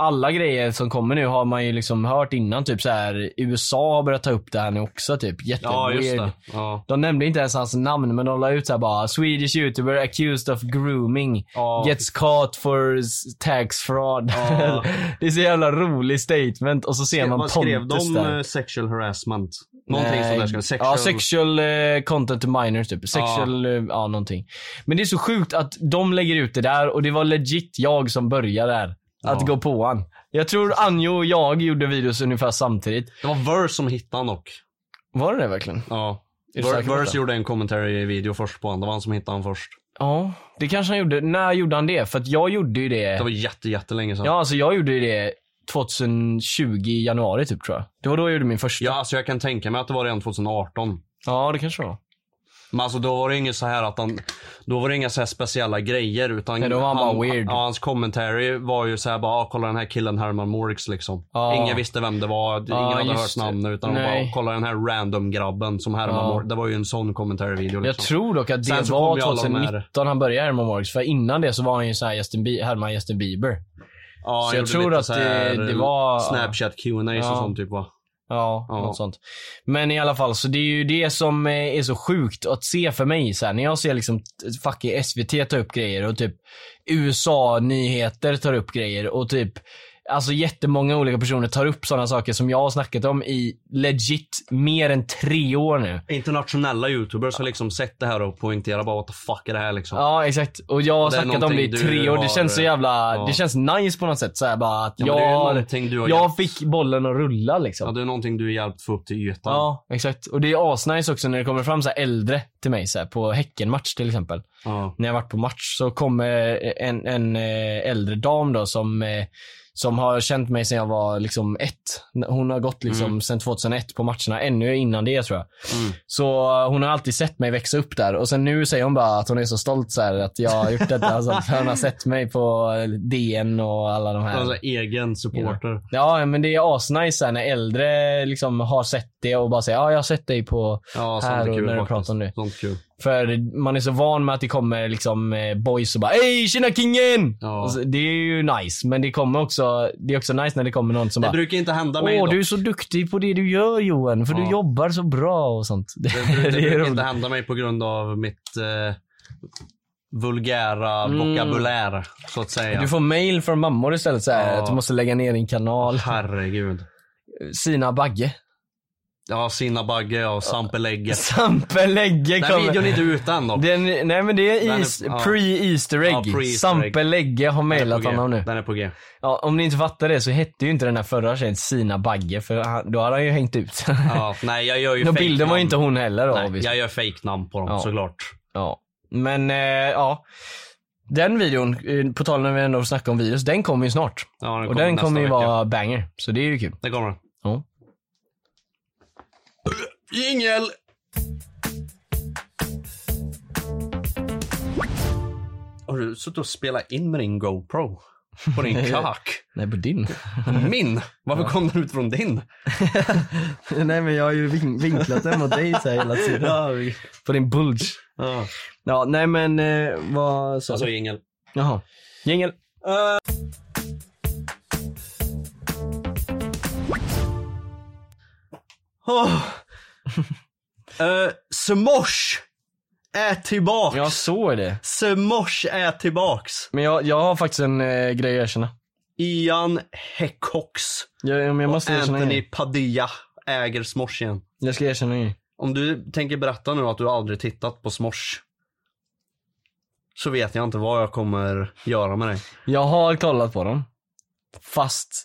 Speaker 1: Alla grejer som kommer nu har man ju liksom hört innan. Typ så här USA har börjat ta upp det här nu också. Typ jätte
Speaker 2: Ja, just
Speaker 1: weird.
Speaker 2: det. Ja.
Speaker 1: De nämnde inte ens hans namn, men de la ut så här bara “Swedish YouTuber accused of grooming
Speaker 2: Ja.
Speaker 1: gets caught for s- tax fraud”.
Speaker 2: Ja.
Speaker 1: [LAUGHS] det är så jävla rolig statement och så ser man
Speaker 2: Vad
Speaker 1: Pontus
Speaker 2: skrev de?
Speaker 1: där.
Speaker 2: eh, Sexual harassment? Någonting sånt där. ska- Sexual...
Speaker 1: Ja, sexual eh, content to minors typ. Sexual, ja. ja någonting. Men det är så sjukt att de lägger ut det där och det var legit jag som började där. Att
Speaker 2: Ja.
Speaker 1: gå på han. Jag tror Anjo och jag gjorde videos ungefär samtidigt.
Speaker 2: Det var Verse som hittade han dock.
Speaker 1: Var det det verkligen?
Speaker 2: Ja.
Speaker 1: Är du
Speaker 2: Ver-
Speaker 1: säker på
Speaker 2: Verse
Speaker 1: det?
Speaker 2: gjorde en commentary video först på honom. Det var han som hittade honom först.
Speaker 1: Ja, det kanske han gjorde. När gjorde han det? För att jag gjorde ju det.
Speaker 2: Det var jätte, jättelänge sedan.
Speaker 1: Ja, alltså jag gjorde ju det 2020 i januari typ tror jag. Det var då jag gjorde min första.
Speaker 2: ja, alltså jag kan tänka mig att det var redan 2018.
Speaker 1: Ja, det kanske det var.
Speaker 2: Men alltså då var det inget så här att han, då var det inga så här speciella grejer utan
Speaker 1: Nej, då var han bara weird.
Speaker 2: Ja, hans commentary var ju så här bara, ah, kolla den här killen Herman Morix liksom.
Speaker 1: Ja.
Speaker 2: Ingen visste vem det var, ingen hade
Speaker 1: just
Speaker 2: hört
Speaker 1: det.
Speaker 2: namnet utan de
Speaker 1: Nej.
Speaker 2: bara, kolla den här random grabben som Herman
Speaker 1: Ja.
Speaker 2: Morix. Det var ju en sån commentary video liksom.
Speaker 1: Jag tror dock att
Speaker 2: Sen
Speaker 1: det
Speaker 2: så
Speaker 1: var
Speaker 2: kom ju alla de här-
Speaker 1: 2019 han började Herman Morgs, för innan det så var han ju så här Justin Bie- härmade Justin Bieber.
Speaker 2: ja, han
Speaker 1: så jag
Speaker 2: gjorde
Speaker 1: tror
Speaker 2: lite
Speaker 1: att
Speaker 2: så här
Speaker 1: det- det var-
Speaker 2: Snapchat Q&A
Speaker 1: Ja.
Speaker 2: och sånt typ va.
Speaker 1: Ja,
Speaker 2: Ja.
Speaker 1: något sånt. Men i alla fall, så det är ju det som eh, är så sjukt att se för mig. Så här, när jag ser liksom t- fucking SVT ta upp grejer och typ USA-nyheter tar upp grejer och typ Alltså jättemånga olika personer tar upp sådana saker som jag har snackat om i legit mer än tre år nu.
Speaker 2: Internationella youtubers har liksom sett det här och poängterat bara what the fuck är det här liksom.
Speaker 1: Ja exakt. Och jag har
Speaker 2: Det är
Speaker 1: snackat om det i
Speaker 2: någonting du
Speaker 1: tre år. Det
Speaker 2: har-
Speaker 1: känns så jävla,
Speaker 2: ja.
Speaker 1: det känns nice på något sätt. Så här, bara att
Speaker 2: Ja, men
Speaker 1: jag,
Speaker 2: det är ju
Speaker 1: har-
Speaker 2: någonting du har
Speaker 1: jag
Speaker 2: hjälpt.
Speaker 1: fick bollen att rulla liksom.
Speaker 2: Ja, det är någonting du hjälpt få upp till ytan.
Speaker 1: Ja, exakt. Och det är asnice också när det kommer fram så här äldre till mig så här, på Häckenmatch till exempel.
Speaker 2: Ja.
Speaker 1: När jag varit på match så kom eh, en, en eh, äldre dam då som, eh, som har känt mig sedan jag var liksom ett. Hon har gått liksom sedan 2001 på matcherna, ännu innan det tror jag. Så eh, hon har alltid sett mig växa upp där och sen nu säger hon bara att hon är så stolt så här, att jag har gjort detta. Alltså, att hon har sett mig på eh, DN och alla de här.
Speaker 2: Alltså egen supporter.
Speaker 1: Ja, men det är asnice här när äldre liksom har sett det och bara säger ja, jag har sett dig på
Speaker 2: Ja, sånt
Speaker 1: här
Speaker 2: är
Speaker 1: och
Speaker 2: kul
Speaker 1: när du
Speaker 2: faktiskt.
Speaker 1: pratar om det.
Speaker 2: Sånt kul.
Speaker 1: För man är så van med att det kommer liksom eh, boys och bara Ey tjena kingen!
Speaker 2: Ja.
Speaker 1: Alltså, det är ju nice, men det kommer också, det är också nice när det kommer någon som
Speaker 2: Det
Speaker 1: bara
Speaker 2: brukar inte hända mig
Speaker 1: Åh,
Speaker 2: dock.
Speaker 1: du är så duktig på det du gör Johan, för du
Speaker 2: Ja.
Speaker 1: jobbar så bra och sånt. Det, [LAUGHS]
Speaker 2: Det brukar, det
Speaker 1: är
Speaker 2: brukar
Speaker 1: roligt.
Speaker 2: inte hända mig på grund av mitt eh, vulgära vokabulär, så att säga.
Speaker 1: Mm. Du får mail från mammor istället så här,
Speaker 2: Ja.
Speaker 1: att du måste lägga ner din
Speaker 2: [LAUGHS]
Speaker 1: kanal.
Speaker 2: Herregud.
Speaker 1: Sina Bagge.
Speaker 2: Ja, Sina Bagge och
Speaker 1: [LAUGHS]
Speaker 2: Sampe Legge.
Speaker 1: Sampe Legge
Speaker 2: Den här
Speaker 1: kommer.
Speaker 2: videon är inte ute än dock.
Speaker 1: Den, nej men det
Speaker 2: Den
Speaker 1: är,
Speaker 2: är-
Speaker 1: is,
Speaker 2: ja.
Speaker 1: pre-Easter
Speaker 2: Ja,
Speaker 1: egg.
Speaker 2: pre-Easter
Speaker 1: Sampe
Speaker 2: egg.
Speaker 1: Legge har
Speaker 2: Den är på
Speaker 1: mailat
Speaker 2: G.
Speaker 1: honom nu.
Speaker 2: Den är på G.
Speaker 1: Ja, om ni inte fattar det så hette ju inte den här förra tjejen Sina Bagge för han, då hade han ju hängt ut. [LAUGHS]
Speaker 2: Ja, nej, jag gör ju
Speaker 1: och
Speaker 2: fake
Speaker 1: bilden var ju
Speaker 2: namn.
Speaker 1: inte hon heller då
Speaker 2: Nej,
Speaker 1: obviously.
Speaker 2: jag gör fake namn på dem
Speaker 1: Ja.
Speaker 2: såklart.
Speaker 1: ja. Men eh, ja. Den videon, eh, på tal när vi ändå snackar om virus, den kommer ju snart.
Speaker 2: Ja,
Speaker 1: och
Speaker 2: den kommer
Speaker 1: den
Speaker 2: nästa
Speaker 1: kommer ju
Speaker 2: vecka.
Speaker 1: vara banger. Så det är ju kul.
Speaker 2: Det kommer den.
Speaker 1: Ja.
Speaker 2: Jingel! Har du suttit och spelat in med din GoPro? På din
Speaker 1: [LAUGHS]
Speaker 2: kak?
Speaker 1: Nej på din.
Speaker 2: Min? Varför kom den ut från din?
Speaker 1: [LAUGHS] Nej men jag har ju vinklat den mot dig så hela tiden. På din bulge.
Speaker 2: Ja.
Speaker 1: Ja nej men eh, vad sa
Speaker 2: Alltså
Speaker 1: du?
Speaker 2: jingel.
Speaker 1: Jaha. Jingel.
Speaker 2: Oh. Eh, Smosh är tillbaks!
Speaker 1: Ja så är det.
Speaker 2: Smosh är tillbaks!
Speaker 1: Men jag, jag har faktiskt en eh, grej att erkänna.
Speaker 2: Ian Heckox
Speaker 1: Jag, jag, jag måste erkänna en
Speaker 2: Anthony
Speaker 1: grej.
Speaker 2: Padilla äger Smosh igen.
Speaker 1: Jag ska erkänna en grej.
Speaker 2: Om du tänker berätta nu att du aldrig tittat på Smosh. Så vet jag inte vad jag kommer göra med dig.
Speaker 1: Jag har kollat på dem. Fast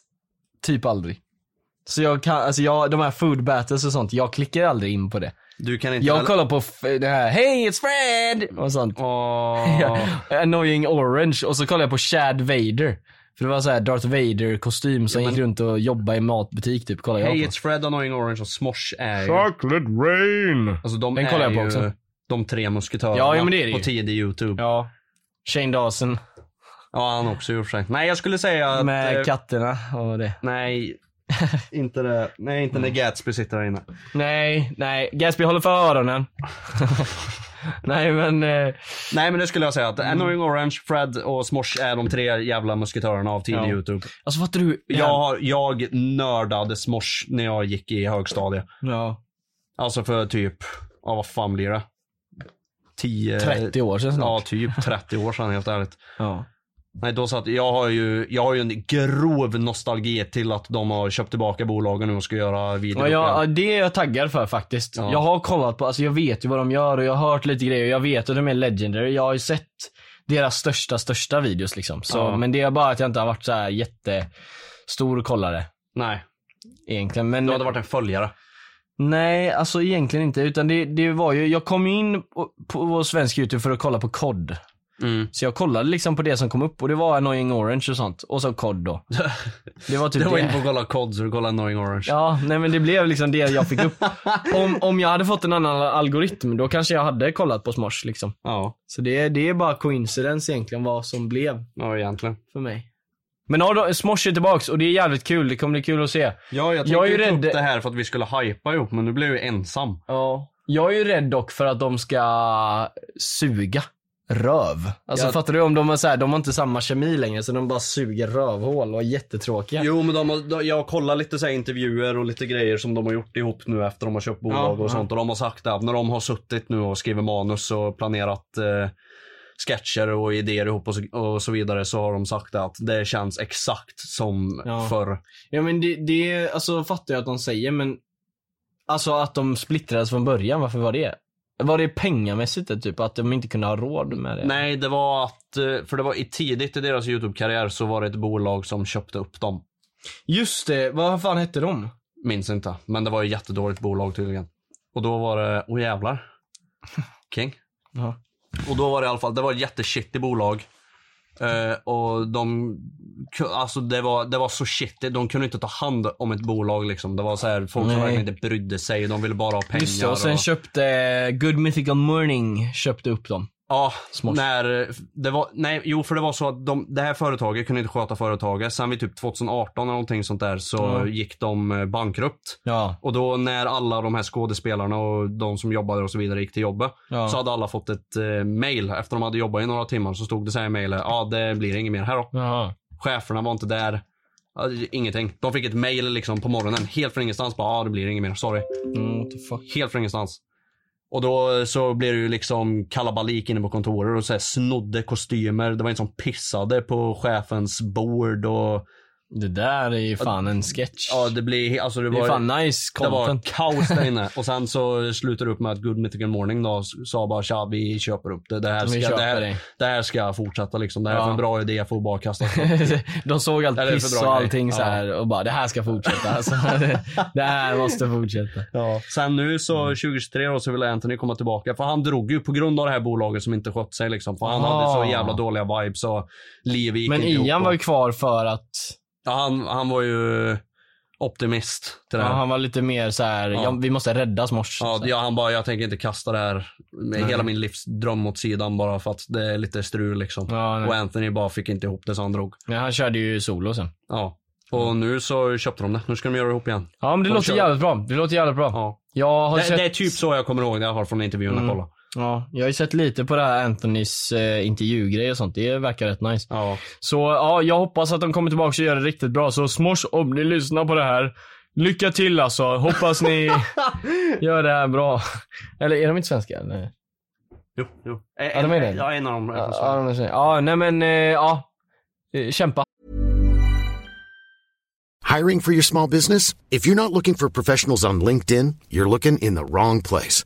Speaker 1: typ aldrig. Så jag kan, alltså jag, de här food battles och sånt, jag klickar aldrig in på det.
Speaker 2: Du kan inte...
Speaker 1: Jag kollar på f- det här, hey it's Fred! Och sånt. [LAUGHS]
Speaker 2: Åh.
Speaker 1: Annoying orange. Och så kollar jag på Chad Vader. För det var så här Darth Vader kostym som
Speaker 2: Ja, men-
Speaker 1: gick runt och jobbade i matbutik typ, kollar jag
Speaker 2: Hey
Speaker 1: på.
Speaker 2: it's Fred Annoying Orange och Smosh är ju...
Speaker 1: Chocolate rain!
Speaker 2: Alltså de
Speaker 1: Den
Speaker 2: är
Speaker 1: kollar jag på
Speaker 2: ju
Speaker 1: också.
Speaker 2: de tre musketörerna
Speaker 1: Ja, ja, men det är det
Speaker 2: på
Speaker 1: ju.
Speaker 2: tidig YouTube. Ja.
Speaker 1: Ja. Shane Dawson
Speaker 2: han också i och för sig. Nej jag skulle säga att...
Speaker 1: med
Speaker 2: eh,
Speaker 1: katterna och det.
Speaker 2: Nej. Inte det. Nej inte när
Speaker 1: Mm.
Speaker 2: Gatsby sitter där inne.
Speaker 1: Nej, nej. Gatsby håller för
Speaker 2: [LAUGHS]
Speaker 1: öronen. nej men, eh,
Speaker 2: Nej men det skulle jag säga
Speaker 1: Mm.
Speaker 2: att Annoying Orange, Fred och Smosh är de tre jävla musketörerna av tidig
Speaker 1: Ja.
Speaker 2: YouTube.
Speaker 1: alltså fattar du?
Speaker 2: Jag, jag nördade Smosh när jag gick i högstadiet.
Speaker 1: ja.
Speaker 2: Alltså för typ, ja vad fan blir det? 10...
Speaker 1: 30 år sedan
Speaker 2: Ja,
Speaker 1: snart. [LAUGHS]
Speaker 2: typ 30 år sedan helt ärligt.
Speaker 1: Ja.
Speaker 2: Nej, då satt, jag, har ju, jag har ju en grov nostalgi till att de har köpt tillbaka bolagen nu och ska göra
Speaker 1: Ja,
Speaker 2: videor.
Speaker 1: jag, ja, det är jag taggad för faktiskt.
Speaker 2: Ja.
Speaker 1: Jag har kollat på, alltså jag vet ju vad de gör och jag har hört lite grejer. Jag vet att de är legendary. Jag har ju sett deras största, största videos liksom. Så,
Speaker 2: Ja.
Speaker 1: Men det är bara att jag inte har varit så här jättestor kollare.
Speaker 2: Nej,
Speaker 1: Egentligen. Men,
Speaker 2: du hade varit en följare.
Speaker 1: Nej, alltså egentligen inte. Utan det, det var ju, jag kom ju in på, på vår svensk YouTube för att kolla på COD.
Speaker 2: Mm.
Speaker 1: Så jag kollade liksom på det som kom upp och det var Annoying Orange och sånt. Och så COD
Speaker 2: [LAUGHS]
Speaker 1: då. Det var typ
Speaker 2: Du var
Speaker 1: det.
Speaker 2: inne på att kolla COD så du kollade Annoying Orange.
Speaker 1: Ja, nej men det blev liksom det jag fick
Speaker 2: [LAUGHS]
Speaker 1: upp. Om, om jag hade fått en annan algoritm då kanske jag hade kollat på Smosh liksom.
Speaker 2: Ja,
Speaker 1: Så det, det är bara coincidence egentligen vad som blev
Speaker 2: ja egentligen.
Speaker 1: för mig. Men ja, då, Smosh är tillbaks och det är jävligt kul. Det kommer bli kul att se.
Speaker 2: Ja, jag
Speaker 1: Jag är ju
Speaker 2: tänkte ju ta upp
Speaker 1: rädd-
Speaker 2: det här för att vi skulle hypa ihop men nu blev jag ju ensam.
Speaker 1: Ja. Jag är ju rädd dock för att de ska suga. röv. Alltså
Speaker 2: Ja.
Speaker 1: fattar du om de är så här, de har inte samma kemi längre så de bara suger rövhål och är jättetråkiga.
Speaker 2: Jo men de har, de, jag kollar lite så här intervjuer och lite grejer som de har gjort ihop nu efter de har köpt bolag
Speaker 1: Ja,
Speaker 2: och
Speaker 1: ja.
Speaker 2: sånt. Och de har sagt att när de har suttit nu och skrivit manus och planerat eh, sketcher och idéer ihop och så, och så vidare så har de sagt att det känns exakt som
Speaker 1: Ja.
Speaker 2: förr.
Speaker 1: Ja men det, det, alltså fattar jag att de säger men Alltså att de splittrades från början, varför var det? Var det pengamässigt det, typ? Att de inte kunde ha råd med det?
Speaker 2: Nej det var att, eh, för det var i tidigt i deras YouTube-karriär så var det ett bolag som köpte upp dem.
Speaker 1: Just det, vad fan hette de?
Speaker 2: Minns inte. Men det var ju jättedåligt bolag tydligen. Och då var det,
Speaker 1: [LAUGHS]
Speaker 2: åh jävlar. King.
Speaker 1: Ja.
Speaker 2: Och då var det i alla fall, det var ett jätteshitty bolag. Eh, och de, ku- alltså det var, det var så shitty, de kunde inte ta hand om ett bolag liksom. Det var så här, folk som
Speaker 1: Nej.
Speaker 2: verkligen inte brydde sig, de ville bara ha pengar.
Speaker 1: Just det, och sen köpte Good Mythical Morning köpte upp dem.
Speaker 2: Ja,
Speaker 1: Smosh.
Speaker 2: när det var, nej, jo för det var så att de, det här företaget kunde inte sköta företaget. Sen vid typ 2018 eller någonting sånt där så
Speaker 1: Ja.
Speaker 2: gick de eh, bankrupt.
Speaker 1: Ja.
Speaker 2: Och då när alla de här skådespelarna och de som jobbade och så vidare gick till jobbet
Speaker 1: Ja.
Speaker 2: så hade alla fått ett eh, mail efter de hade jobbat i några timmar så stod det så här i mailet, ja ah, det blir inget mer här då.
Speaker 1: Jaha.
Speaker 2: Cheferna var inte där. Ja, det- Ingenting. De fick ett mail liksom på morgonen helt från ingenstans. Bara, ah, det blir inget mer. Sorry.
Speaker 1: Mm, what the fuck.
Speaker 2: Helt från ingenstans. Och då eh, så blev det ju liksom kalabalik inne på kontoret och så här snodde kostymer. Det var en som pissade på chefens bord och
Speaker 1: Det där är ju fan en sketch.
Speaker 2: ja, det blev alltså det
Speaker 1: det,
Speaker 2: var.
Speaker 1: är fan nice
Speaker 2: Det var
Speaker 1: content.
Speaker 2: kaos där
Speaker 1: [LAUGHS]
Speaker 2: inne. Och sen så slutade det upp med att Good Mythical Morning då sa bara tja vi köper upp det. Det här
Speaker 1: Vi
Speaker 2: ska, det
Speaker 1: köper dig.
Speaker 2: här, det här ska fortsätta liksom. Det här är
Speaker 1: Ja.
Speaker 2: en bra idé, jag får bara kasta
Speaker 1: [LAUGHS] De såg allt
Speaker 2: Ja, det är för
Speaker 1: piss
Speaker 2: bra
Speaker 1: och
Speaker 2: grej.
Speaker 1: allting så
Speaker 2: Ja.
Speaker 1: här och bara det här ska
Speaker 2: [LAUGHS]
Speaker 1: fortsätta. Alltså, det här måste fortsätta.
Speaker 2: Ja. Sen nu så
Speaker 1: Mm.
Speaker 2: 2023 då så vill Anthony komma tillbaka. För han drog ju på grund av det här bolaget som inte skött sig liksom. För han
Speaker 1: Ah.
Speaker 2: hade så jävla dåliga vibes och liv gick
Speaker 1: Men
Speaker 2: inte ihop
Speaker 1: Ian
Speaker 2: och-
Speaker 1: var ju kvar för att
Speaker 2: ja, han, han var ju optimist till det
Speaker 1: Ja,
Speaker 2: här. Ja,
Speaker 1: han var lite mer så här, ja.
Speaker 2: Ja.
Speaker 1: vi måste rädda Smosh.
Speaker 2: ja, han bara, jag tänker inte kasta det här med hela min livsdröm åt sidan bara för att det är lite strul liksom.
Speaker 1: Ja, nej.
Speaker 2: och Anthony bara fick inte ihop det så han drog.
Speaker 1: Men han körde ju solo sen.
Speaker 2: Ja. Och nu så köpte de det. Nu ska de göra ihop igen.
Speaker 1: Ja men det
Speaker 2: De
Speaker 1: låter
Speaker 2: kör.
Speaker 1: jävligt bra. Det låter jävligt bra.
Speaker 2: Ja.
Speaker 1: Jag har
Speaker 2: Det,
Speaker 1: sett...
Speaker 2: det är typ så jag kommer ihåg det jag har från intervjuerna.
Speaker 1: Mm.
Speaker 2: Kolla.
Speaker 1: Ja, jag har ju sett lite på det här Anthonys eh, intervjugrej och sånt. Det verkar rätt nice.
Speaker 2: Ja.
Speaker 1: Så ja, jag hoppas att de kommer tillbaka och gör det riktigt bra. Så Smosh, om ni lyssnar på det här, lycka till alltså. Hoppas ni gör det här bra. Eller är de inte svenska? Nej.
Speaker 2: Jo, jo. En,
Speaker 1: Ja, de är det.
Speaker 2: Ja, en av dem. Alltså, är från Sverige.
Speaker 1: Ja, de är svenska. ja, nej men eh, ja. Eh, Kämpa.
Speaker 7: Hiring for your small business? If you're not looking for professionals on LinkedIn, you're looking in the wrong place.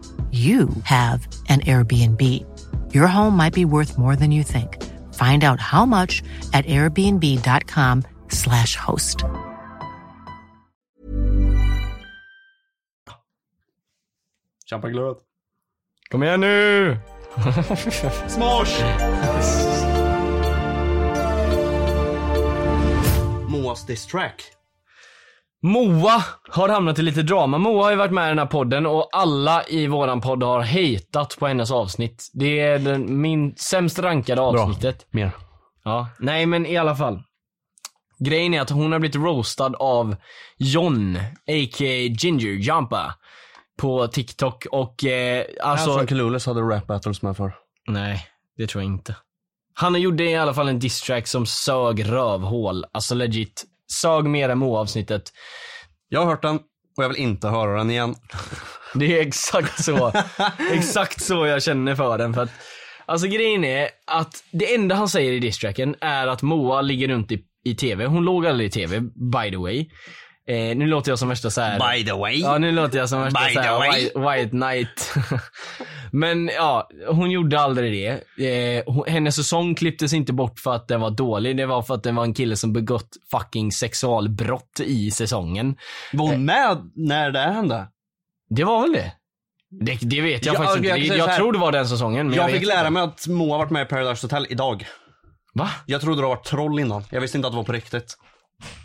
Speaker 8: you have an Airbnb. Your home might be worth more than you think. Find out how much at airbnb.com/slash host.
Speaker 2: Kämpa glöd.
Speaker 1: Kom igen nu!
Speaker 2: Smosh! Moas diss track.
Speaker 1: Moa har hamnat i lite drama. Moa har ju varit med i den här podden och alla i våran podd har hatat på hennes avsnitt. Det är den, min sämst rankade avsnittet.
Speaker 2: Mer.
Speaker 1: Ja, nej men i alla fall. Grejen är att hon har blivit roastad av John, a.k.a. Ginger Jumpa på TikTok och eh, alltså...
Speaker 2: Alltså, Anson Kalulis hade rap battles med för.
Speaker 1: Nej, det tror jag inte. Han gjorde i alla fall en diss-track som sög rövhål. Alltså legit. Sög mer än Moa-avsnittet.
Speaker 2: Jag har hört den och jag vill inte höra den igen.
Speaker 1: Det är exakt
Speaker 2: [LAUGHS]
Speaker 1: så. exakt så jag känner för den. För att, alltså grejen är att det enda han säger i distracken är att Moa ligger runt i i tv. Hon låg aldrig i tv, by the way. Eh, nu låter jag som värsta såhär...
Speaker 2: By the way.
Speaker 1: Ja, nu låter jag som värsta
Speaker 2: By the
Speaker 1: såhär
Speaker 2: way.
Speaker 1: white, white knight. [LAUGHS] Men ja, hon gjorde aldrig det. Eh, hon, hennes säsong klipptes inte bort för att den var dålig. Det var för att den var en kille som begått fucking sexualbrott i säsongen.
Speaker 2: Var hon med när det hände?
Speaker 1: Det var väl det? Det, det vet jag
Speaker 2: Mm. Ja,
Speaker 1: faktiskt
Speaker 2: jag kan
Speaker 1: inte.
Speaker 2: säga
Speaker 1: Jag,
Speaker 2: så här.
Speaker 1: tror det var den säsongen. Men jag,
Speaker 2: Jag fick
Speaker 1: vet
Speaker 2: lära
Speaker 1: inte.
Speaker 2: mig att Moa varit med i Paradise Hotel idag.
Speaker 1: Va?
Speaker 2: Jag trodde det var troll innan. Jag visste inte att det var på riktigt.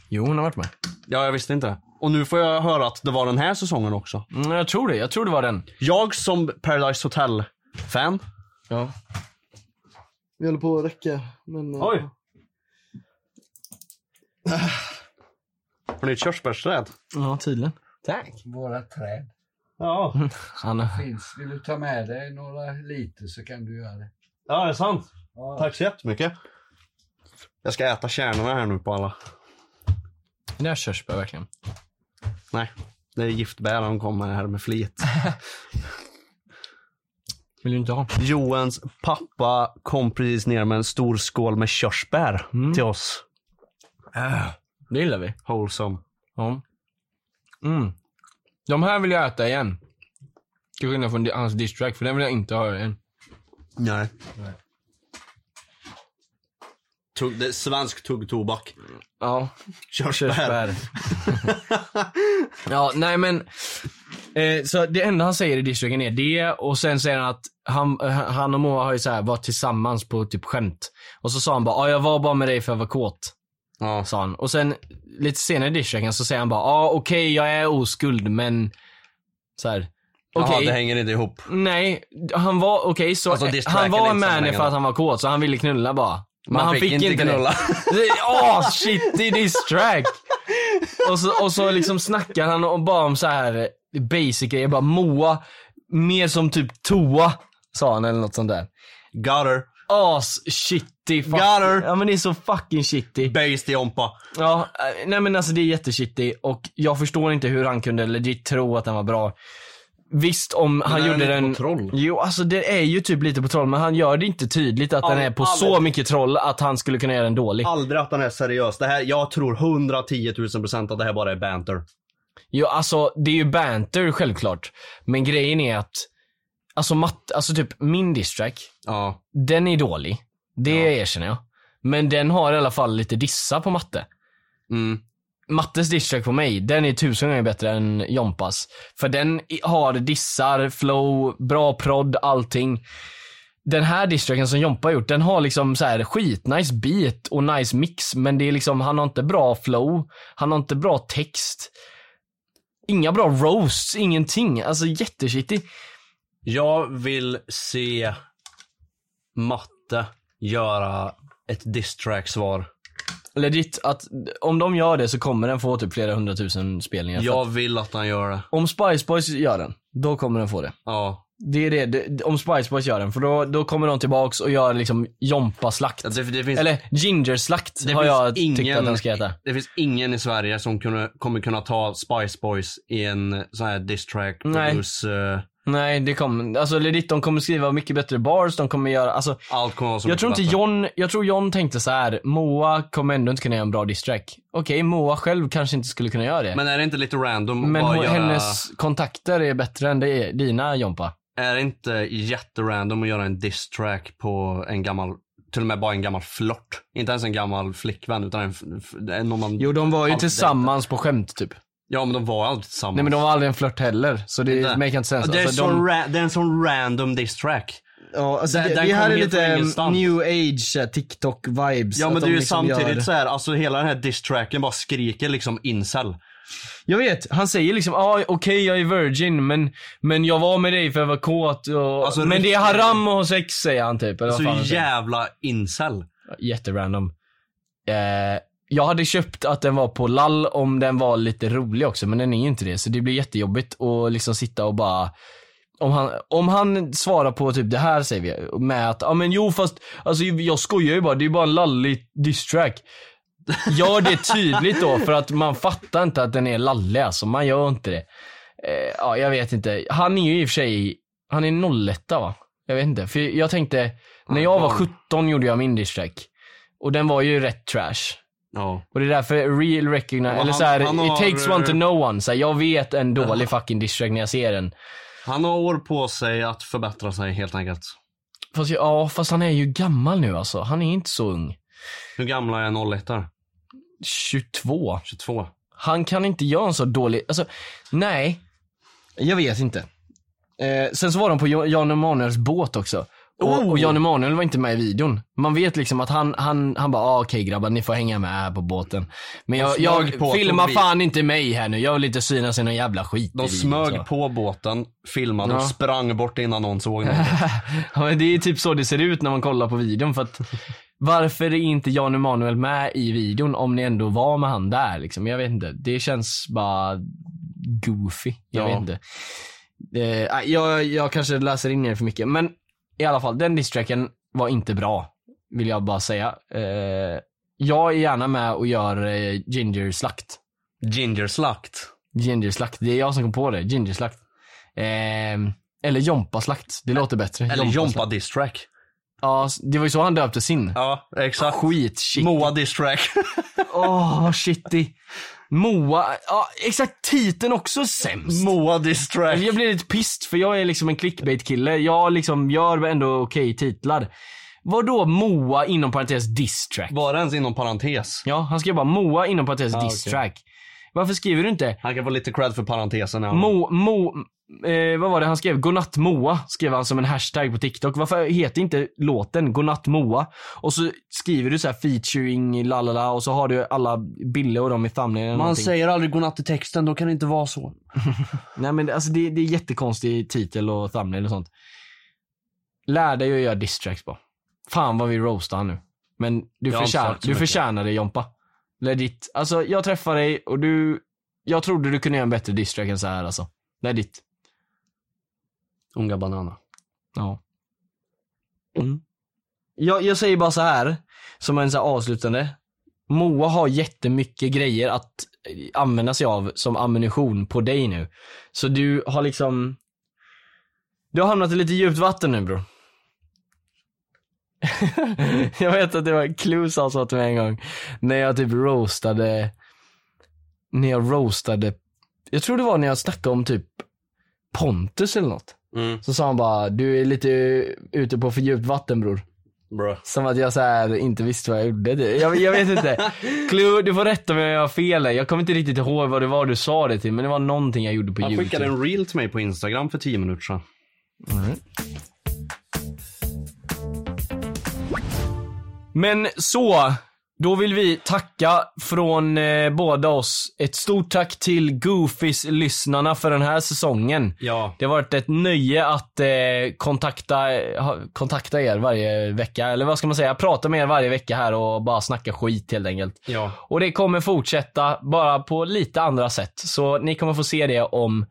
Speaker 1: Jo, hon har varit med.
Speaker 2: Ja, jag visste inte. Och nu får jag höra att det var den här säsongen också.
Speaker 1: Mm, jag tror det. Jag tror det var den.
Speaker 2: Jag som Paradise Hotel-fan.
Speaker 1: Ja.
Speaker 9: Vi håller på att räcka. Men, eh,
Speaker 2: Oj. Har ni ett körsbärsträd?
Speaker 1: Ja, tydligen.
Speaker 2: Tack.
Speaker 10: Våra träd.
Speaker 2: Ja.
Speaker 1: Han,
Speaker 10: Finns. Vill du ta med dig några liter så kan du göra det.
Speaker 2: ja, det är sant.
Speaker 10: Ja.
Speaker 2: Tack så jättemycket. Jag ska äta kärnorna här nu på alla.
Speaker 1: det där körsbär verkligen.
Speaker 2: Nej, det är giftbär han kommer här med flit.
Speaker 1: Vill du inte ha?
Speaker 2: Johans pappa kom precis ner med en stor skål med körsbär till oss.
Speaker 1: Det gillar vi.
Speaker 2: Wholesome.
Speaker 1: Ja. Mm. De här vill jag äta igen. Till skillnad från di- hans distrack, för den vill jag inte ha igen.
Speaker 2: Nej. Tugg, det är svensk tuggtobak.
Speaker 1: Ja.
Speaker 2: Körsbär.
Speaker 1: [LAUGHS] ja, nej men. Eh, så det enda han säger i distracken är det och sen säger han att han, eh, han och Moa har ju så här varit tillsammans på typ skämt. Och så sa han bara, ja jag var bara med dig för jag var kåt.
Speaker 2: Ja.
Speaker 1: Sa han. Och sen lite senare i distracken så säger han bara, ja okej jag är oskuld men. Så här. Okej.
Speaker 2: Jaha, det hänger inte ihop.
Speaker 1: Nej, han var, okej så,
Speaker 2: Alltså, distracken
Speaker 1: han var
Speaker 2: är inte
Speaker 1: med henne
Speaker 2: sammanhängande.
Speaker 1: för att han var kåt så han ville knulla bara. Men
Speaker 2: Man
Speaker 1: han
Speaker 2: fick inte knulla.
Speaker 1: det. Åh shit, det är distrack. och, så, och så liksom snackar han om, bara om så här eh, basic grejer, bara Moa, mer som typ toa, sa han eller något sånt där.
Speaker 2: [LAUGHS] Got her.
Speaker 1: As shitty fuck.
Speaker 2: Got her.
Speaker 1: Ja men det är så fucking shitty.
Speaker 2: Based i ompa.
Speaker 1: Ja, eh, nej men alltså det är jätteshitty och jag förstår inte hur han kunde legit tro att den var bra. Visst om han
Speaker 2: är
Speaker 1: gjorde
Speaker 2: lite
Speaker 1: den...
Speaker 2: på troll.
Speaker 1: Jo, alltså det är ju typ lite på troll men han gör det inte tydligt att den
Speaker 2: men
Speaker 1: är på
Speaker 2: aldrig.
Speaker 1: så mycket troll att han skulle kunna göra den dålig.
Speaker 2: Aldrig att den är seriös. Det här, jag tror 110 000 procent att det här bara är banter.
Speaker 1: Jo, alltså det är ju banter självklart. Men grejen är att, alltså matt, alltså typ min distrack,
Speaker 2: Ja.
Speaker 1: den är dålig. Det erkänner jag. Men den har i alla fall lite dissa på matte.
Speaker 2: Mm.
Speaker 1: Mattes distrack på mig, den är tusen gånger bättre än Jompas. För den i- har dissar, flow, bra prodd, allting. Den här distracken som Jompa har gjort, den har liksom så här skitnice beat och nice mix. Men det är liksom, han har inte bra flow, han har inte bra text. Inga bra roasts, ingenting. Alltså jätteshitty.
Speaker 2: Jag vill se matte göra ett distrack-svar.
Speaker 1: Legit, att om de gör det så kommer den få typ flera hundratusen spelningar. För
Speaker 2: Jag
Speaker 1: att
Speaker 2: vill att han gör det.
Speaker 1: Om Spice Boys gör den, då kommer den få det.
Speaker 2: Ja.
Speaker 1: Det är det, det om Spice Boys gör den, för då, då kommer de tillbaks och gör liksom Jompa-slakt.
Speaker 2: Det, det finns,
Speaker 1: Eller Ginger-slakt
Speaker 2: det
Speaker 1: har
Speaker 2: finns
Speaker 1: jag tyckt att den ska heta.
Speaker 2: Det finns ingen i Sverige som kunde, kommer kunna ta Spice Boys i en sån här distrack
Speaker 1: Nej.
Speaker 2: plus eh,
Speaker 1: Nej, det kommer, alltså legit, de kommer skriva mycket bättre bars, de kommer göra, alltså.
Speaker 2: allt kommer vara så
Speaker 1: Jag
Speaker 2: mycket
Speaker 1: tror inte
Speaker 2: bättre.
Speaker 1: John, jag tror John tänkte så här. Moa kommer ändå inte kunna göra en bra distrack. Okej, Moa själv kanske inte skulle kunna göra det. Men,
Speaker 2: Men är det inte lite random att bara
Speaker 1: hon,
Speaker 2: göra...
Speaker 1: hennes kontakter är bättre än det, dina Jompa.
Speaker 2: Är det inte jätterandom att göra en diss-track på en gammal, till och med bara en gammal flört? Inte ens en gammal flickvän utan en, f- en någon man...
Speaker 1: Jo, de var ju
Speaker 2: Allt
Speaker 1: tillsammans på skämt typ.
Speaker 2: Ja men de var aldrig tillsammans.
Speaker 1: Nej men de var aldrig en flört heller, så det
Speaker 2: Inte.
Speaker 1: make inte sense.
Speaker 2: det, är
Speaker 1: Alltså,
Speaker 2: sån
Speaker 1: de-
Speaker 2: ra- det är en sån random diss-track.
Speaker 9: Ja, alltså,
Speaker 2: Den-
Speaker 9: det,
Speaker 2: den
Speaker 9: det här
Speaker 2: kom
Speaker 9: är
Speaker 2: helt från
Speaker 9: lite mm,
Speaker 2: ingenstans.
Speaker 9: new age eh, TikTok vibes.
Speaker 2: Ja men
Speaker 9: att
Speaker 2: det
Speaker 9: de
Speaker 2: är ju
Speaker 9: liksom
Speaker 2: samtidigt
Speaker 9: gör-
Speaker 2: så här, alltså hela den här diss-tracken bara skriker liksom incel.
Speaker 1: Jag vet, han säger liksom ah, okej jag är virgin men, men jag var med dig för jag var kåt och,
Speaker 2: Alltså,
Speaker 1: Men det är
Speaker 2: riktigt-
Speaker 1: haram att ha sex säger han typ. Eller vad
Speaker 2: Så
Speaker 1: fan han säger.
Speaker 2: jävla incel.
Speaker 1: Jätterandom. Eh, jag hade köpt att den var på lall om den var lite rolig också men den är ju inte det så det blir jättejobbigt att liksom sitta och bara om han, om han svarar på typ det här säger vi med att ja ah, men jo fast alltså jag skojar ju bara det är bara en lallig distrack. Gör det tydligt då för att man fattar inte att den är lallig alltså man gör inte det. Eh, ja jag vet inte. Han är ju i och för sig, han är 01 va? Jag vet inte för jag tänkte när jag var 17 gjorde jag min distrack och den var ju rätt trash.
Speaker 2: Ja.
Speaker 1: Och det är därför real recognize,
Speaker 2: Ja,
Speaker 1: eller
Speaker 2: han-
Speaker 1: så här,
Speaker 2: han har-
Speaker 1: it takes one to know one. Så här, jag vet en dålig fucking distrack när jag ser den.
Speaker 2: Han har år på sig att förbättra sig helt enkelt.
Speaker 1: Fast, jag- ja, fast han är ju gammal nu alltså. Han är inte så ung.
Speaker 2: Hur gamla är 01 där?
Speaker 1: 22.
Speaker 2: 22.
Speaker 1: Han kan inte göra en så dålig, alltså nej. Jag vet inte. Eh, sen så var de på Jo- Jan Emanuels båt också. Och,
Speaker 2: Oh!
Speaker 1: och Jan Emanuel var inte med i videon. Man vet liksom att han, han, han bara, ah, okej grabbar ni får hänga med här på båten. Men
Speaker 2: De
Speaker 1: jag,
Speaker 2: smög
Speaker 1: jag
Speaker 2: på
Speaker 1: filmar
Speaker 2: Tobi.
Speaker 1: fan inte mig här nu, jag vill inte synas i någon jävla skit i
Speaker 2: De
Speaker 1: videon, så.
Speaker 2: smög på båten, filmade och
Speaker 1: alltså- Ja.
Speaker 2: sprang bort innan någon
Speaker 1: [LAUGHS]
Speaker 2: såg något.
Speaker 1: Ja, men det är typ så det ser ut när man kollar på videon för att varför är inte Jan Emanuel med i videon om ni ändå var med han där liksom? Jag vet inte. Det känns bara goofy. Jag vet
Speaker 2: Ja.
Speaker 1: inte. Eh, nej, jag, jag kanske läser in er för mycket men i alla fall den distracken var inte bra. Vill jag bara säga. Eh, jag är gärna med och gör eh, gingerslakt.
Speaker 2: Gingerslakt.
Speaker 1: Gingerslakt. Det är jag som kom på det. Gingerslakt. Eh, eller jompaslakt. Det låter bättre.
Speaker 2: Eller
Speaker 1: Jompaslakt.
Speaker 2: Jompa distrack.
Speaker 1: Ja, det var ju så han döpte sin.
Speaker 2: Ja, exakt.
Speaker 1: Skit, shit.
Speaker 2: Moa distrack.
Speaker 1: Åh, vad shitty. Moa, ja exakt titeln också är sämst.
Speaker 2: [LAUGHS] Moa distrack.
Speaker 1: jag blir lite pissed för jag är liksom en clickbait-kille. Jag liksom gör ändå okej titlar. Vadå Moa inom parentes distrack?
Speaker 2: Bara ens inom parentes.
Speaker 1: Ja, han skrev bara Moa inom parentes
Speaker 2: Ja, Ah, okej.
Speaker 1: distrack. Varför skriver du inte
Speaker 2: Han kan få lite cred för parentesen. ja.
Speaker 1: Mo, Mo, eh, vad var det han skrev? Godnatt Moa skrev han som en hashtag på TikTok. Varför heter inte låten Godnatt Moa? Och så skriver du så här featuring lalala och så har du alla bilder och dem i thumbnailen eller
Speaker 2: Man
Speaker 1: någonting.
Speaker 2: säger aldrig godnatt i texten, då kan det inte vara så.
Speaker 1: Nej men det- alltså det, det är jättekonstig titel och thumbnail och sånt. Lär dig att göra distracks på. Fan vad vi roastar han nu. Men du,
Speaker 2: Jag har inte
Speaker 1: förtjänar,
Speaker 2: sagt så
Speaker 1: du
Speaker 2: mycket.
Speaker 1: förtjänar det Jompa. Legit. Alltså jag träffar dig och du, jag trodde du kunde göra en bättre distrack än så här alltså. Legit.
Speaker 2: Unga Banana.
Speaker 1: Ja. Mm. Jag, jag säger bara så här som en så här avslutande. Moa har jättemycket grejer att eh, använda sig av som ammunition på dig nu. Så du har liksom... Du har hamnat i lite djupt vatten nu bror. [LAUGHS] jag vet att det var Clues han sa till mig en gång. När jag typ roastade... När jag roastade... Jag tror det var när jag snackade om typ Pontus eller något.
Speaker 2: Mm.
Speaker 1: Så sa han bara, du är lite ute på för djupt vatten bror.
Speaker 2: Bra.
Speaker 1: Som att jag så här inte visste vad jag gjorde. Det- Jag, jag vet
Speaker 2: [LAUGHS]
Speaker 1: inte. Clue, du får rätta mig om jag har fel här. Jag kommer inte riktigt ihåg vad det var du sa det till, men det var någonting jag gjorde på
Speaker 2: Han
Speaker 1: youtube.
Speaker 2: skickade en reel till mig på Instagram för 10 minuter sedan.
Speaker 1: Men så, då vill vi tacka från eh, båda oss. Ett stort tack till Goofies-lyssnarna för den här säsongen.
Speaker 2: Ja.
Speaker 1: Det har varit ett nöje att eh, kontakta, eh, ha- kontakta er varje vecka, eller vad ska man säga, prata med er varje vecka här och bara snacka skit helt enkelt.
Speaker 2: Ja.
Speaker 1: Och det kommer fortsätta, bara på lite andra sätt. Så ni kommer få se det om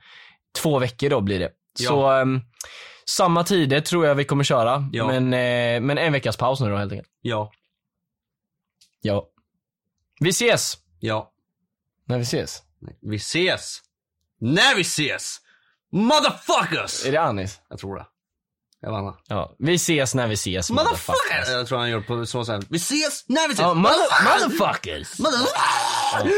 Speaker 1: två veckor då blir det.
Speaker 2: Ja.
Speaker 1: Så ehm, samma tider tror jag vi kommer köra,
Speaker 2: Ja.
Speaker 1: men, eh, men en veckas paus nu då helt enkelt.
Speaker 2: Ja.
Speaker 1: Ja. Vi ses!
Speaker 2: Ja.
Speaker 1: När vi ses?
Speaker 2: Vi ses! När vi ses! Motherfuckers!
Speaker 1: Är det Anis?
Speaker 2: Jag tror det. Jag vann.
Speaker 1: Ja. Vi ses när vi ses
Speaker 2: Motherfuckers! Jag tror han gör på så sätt. Vi ses! När vi ses!
Speaker 1: Ja, mother- motherfuckers!
Speaker 2: Motherfuckers!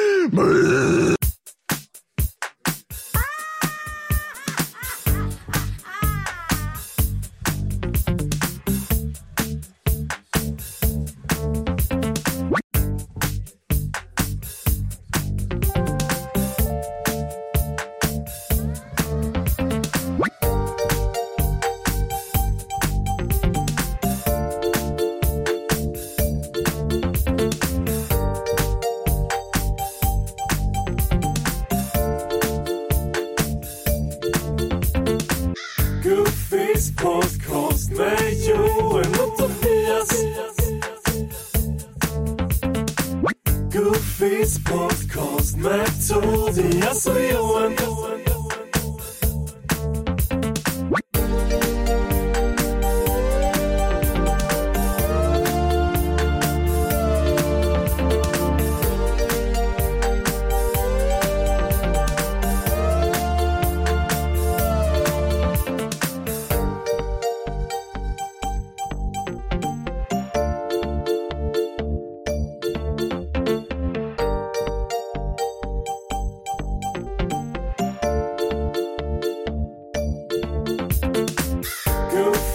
Speaker 3: Goofies podcast med Joel och Tobias. Goofies podcast med Tobias och Joel.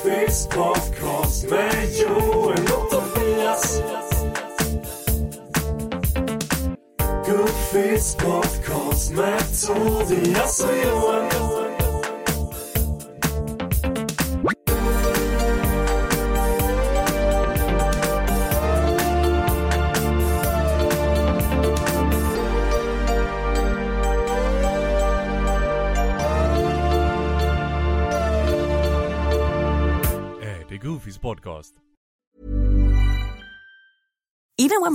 Speaker 8: Bergs podcast med Joel och Tobias. Gubbfis podcast med Tobias och Joel.
Speaker 11: Är Eh, det Goofys podcast?
Speaker 12: Even when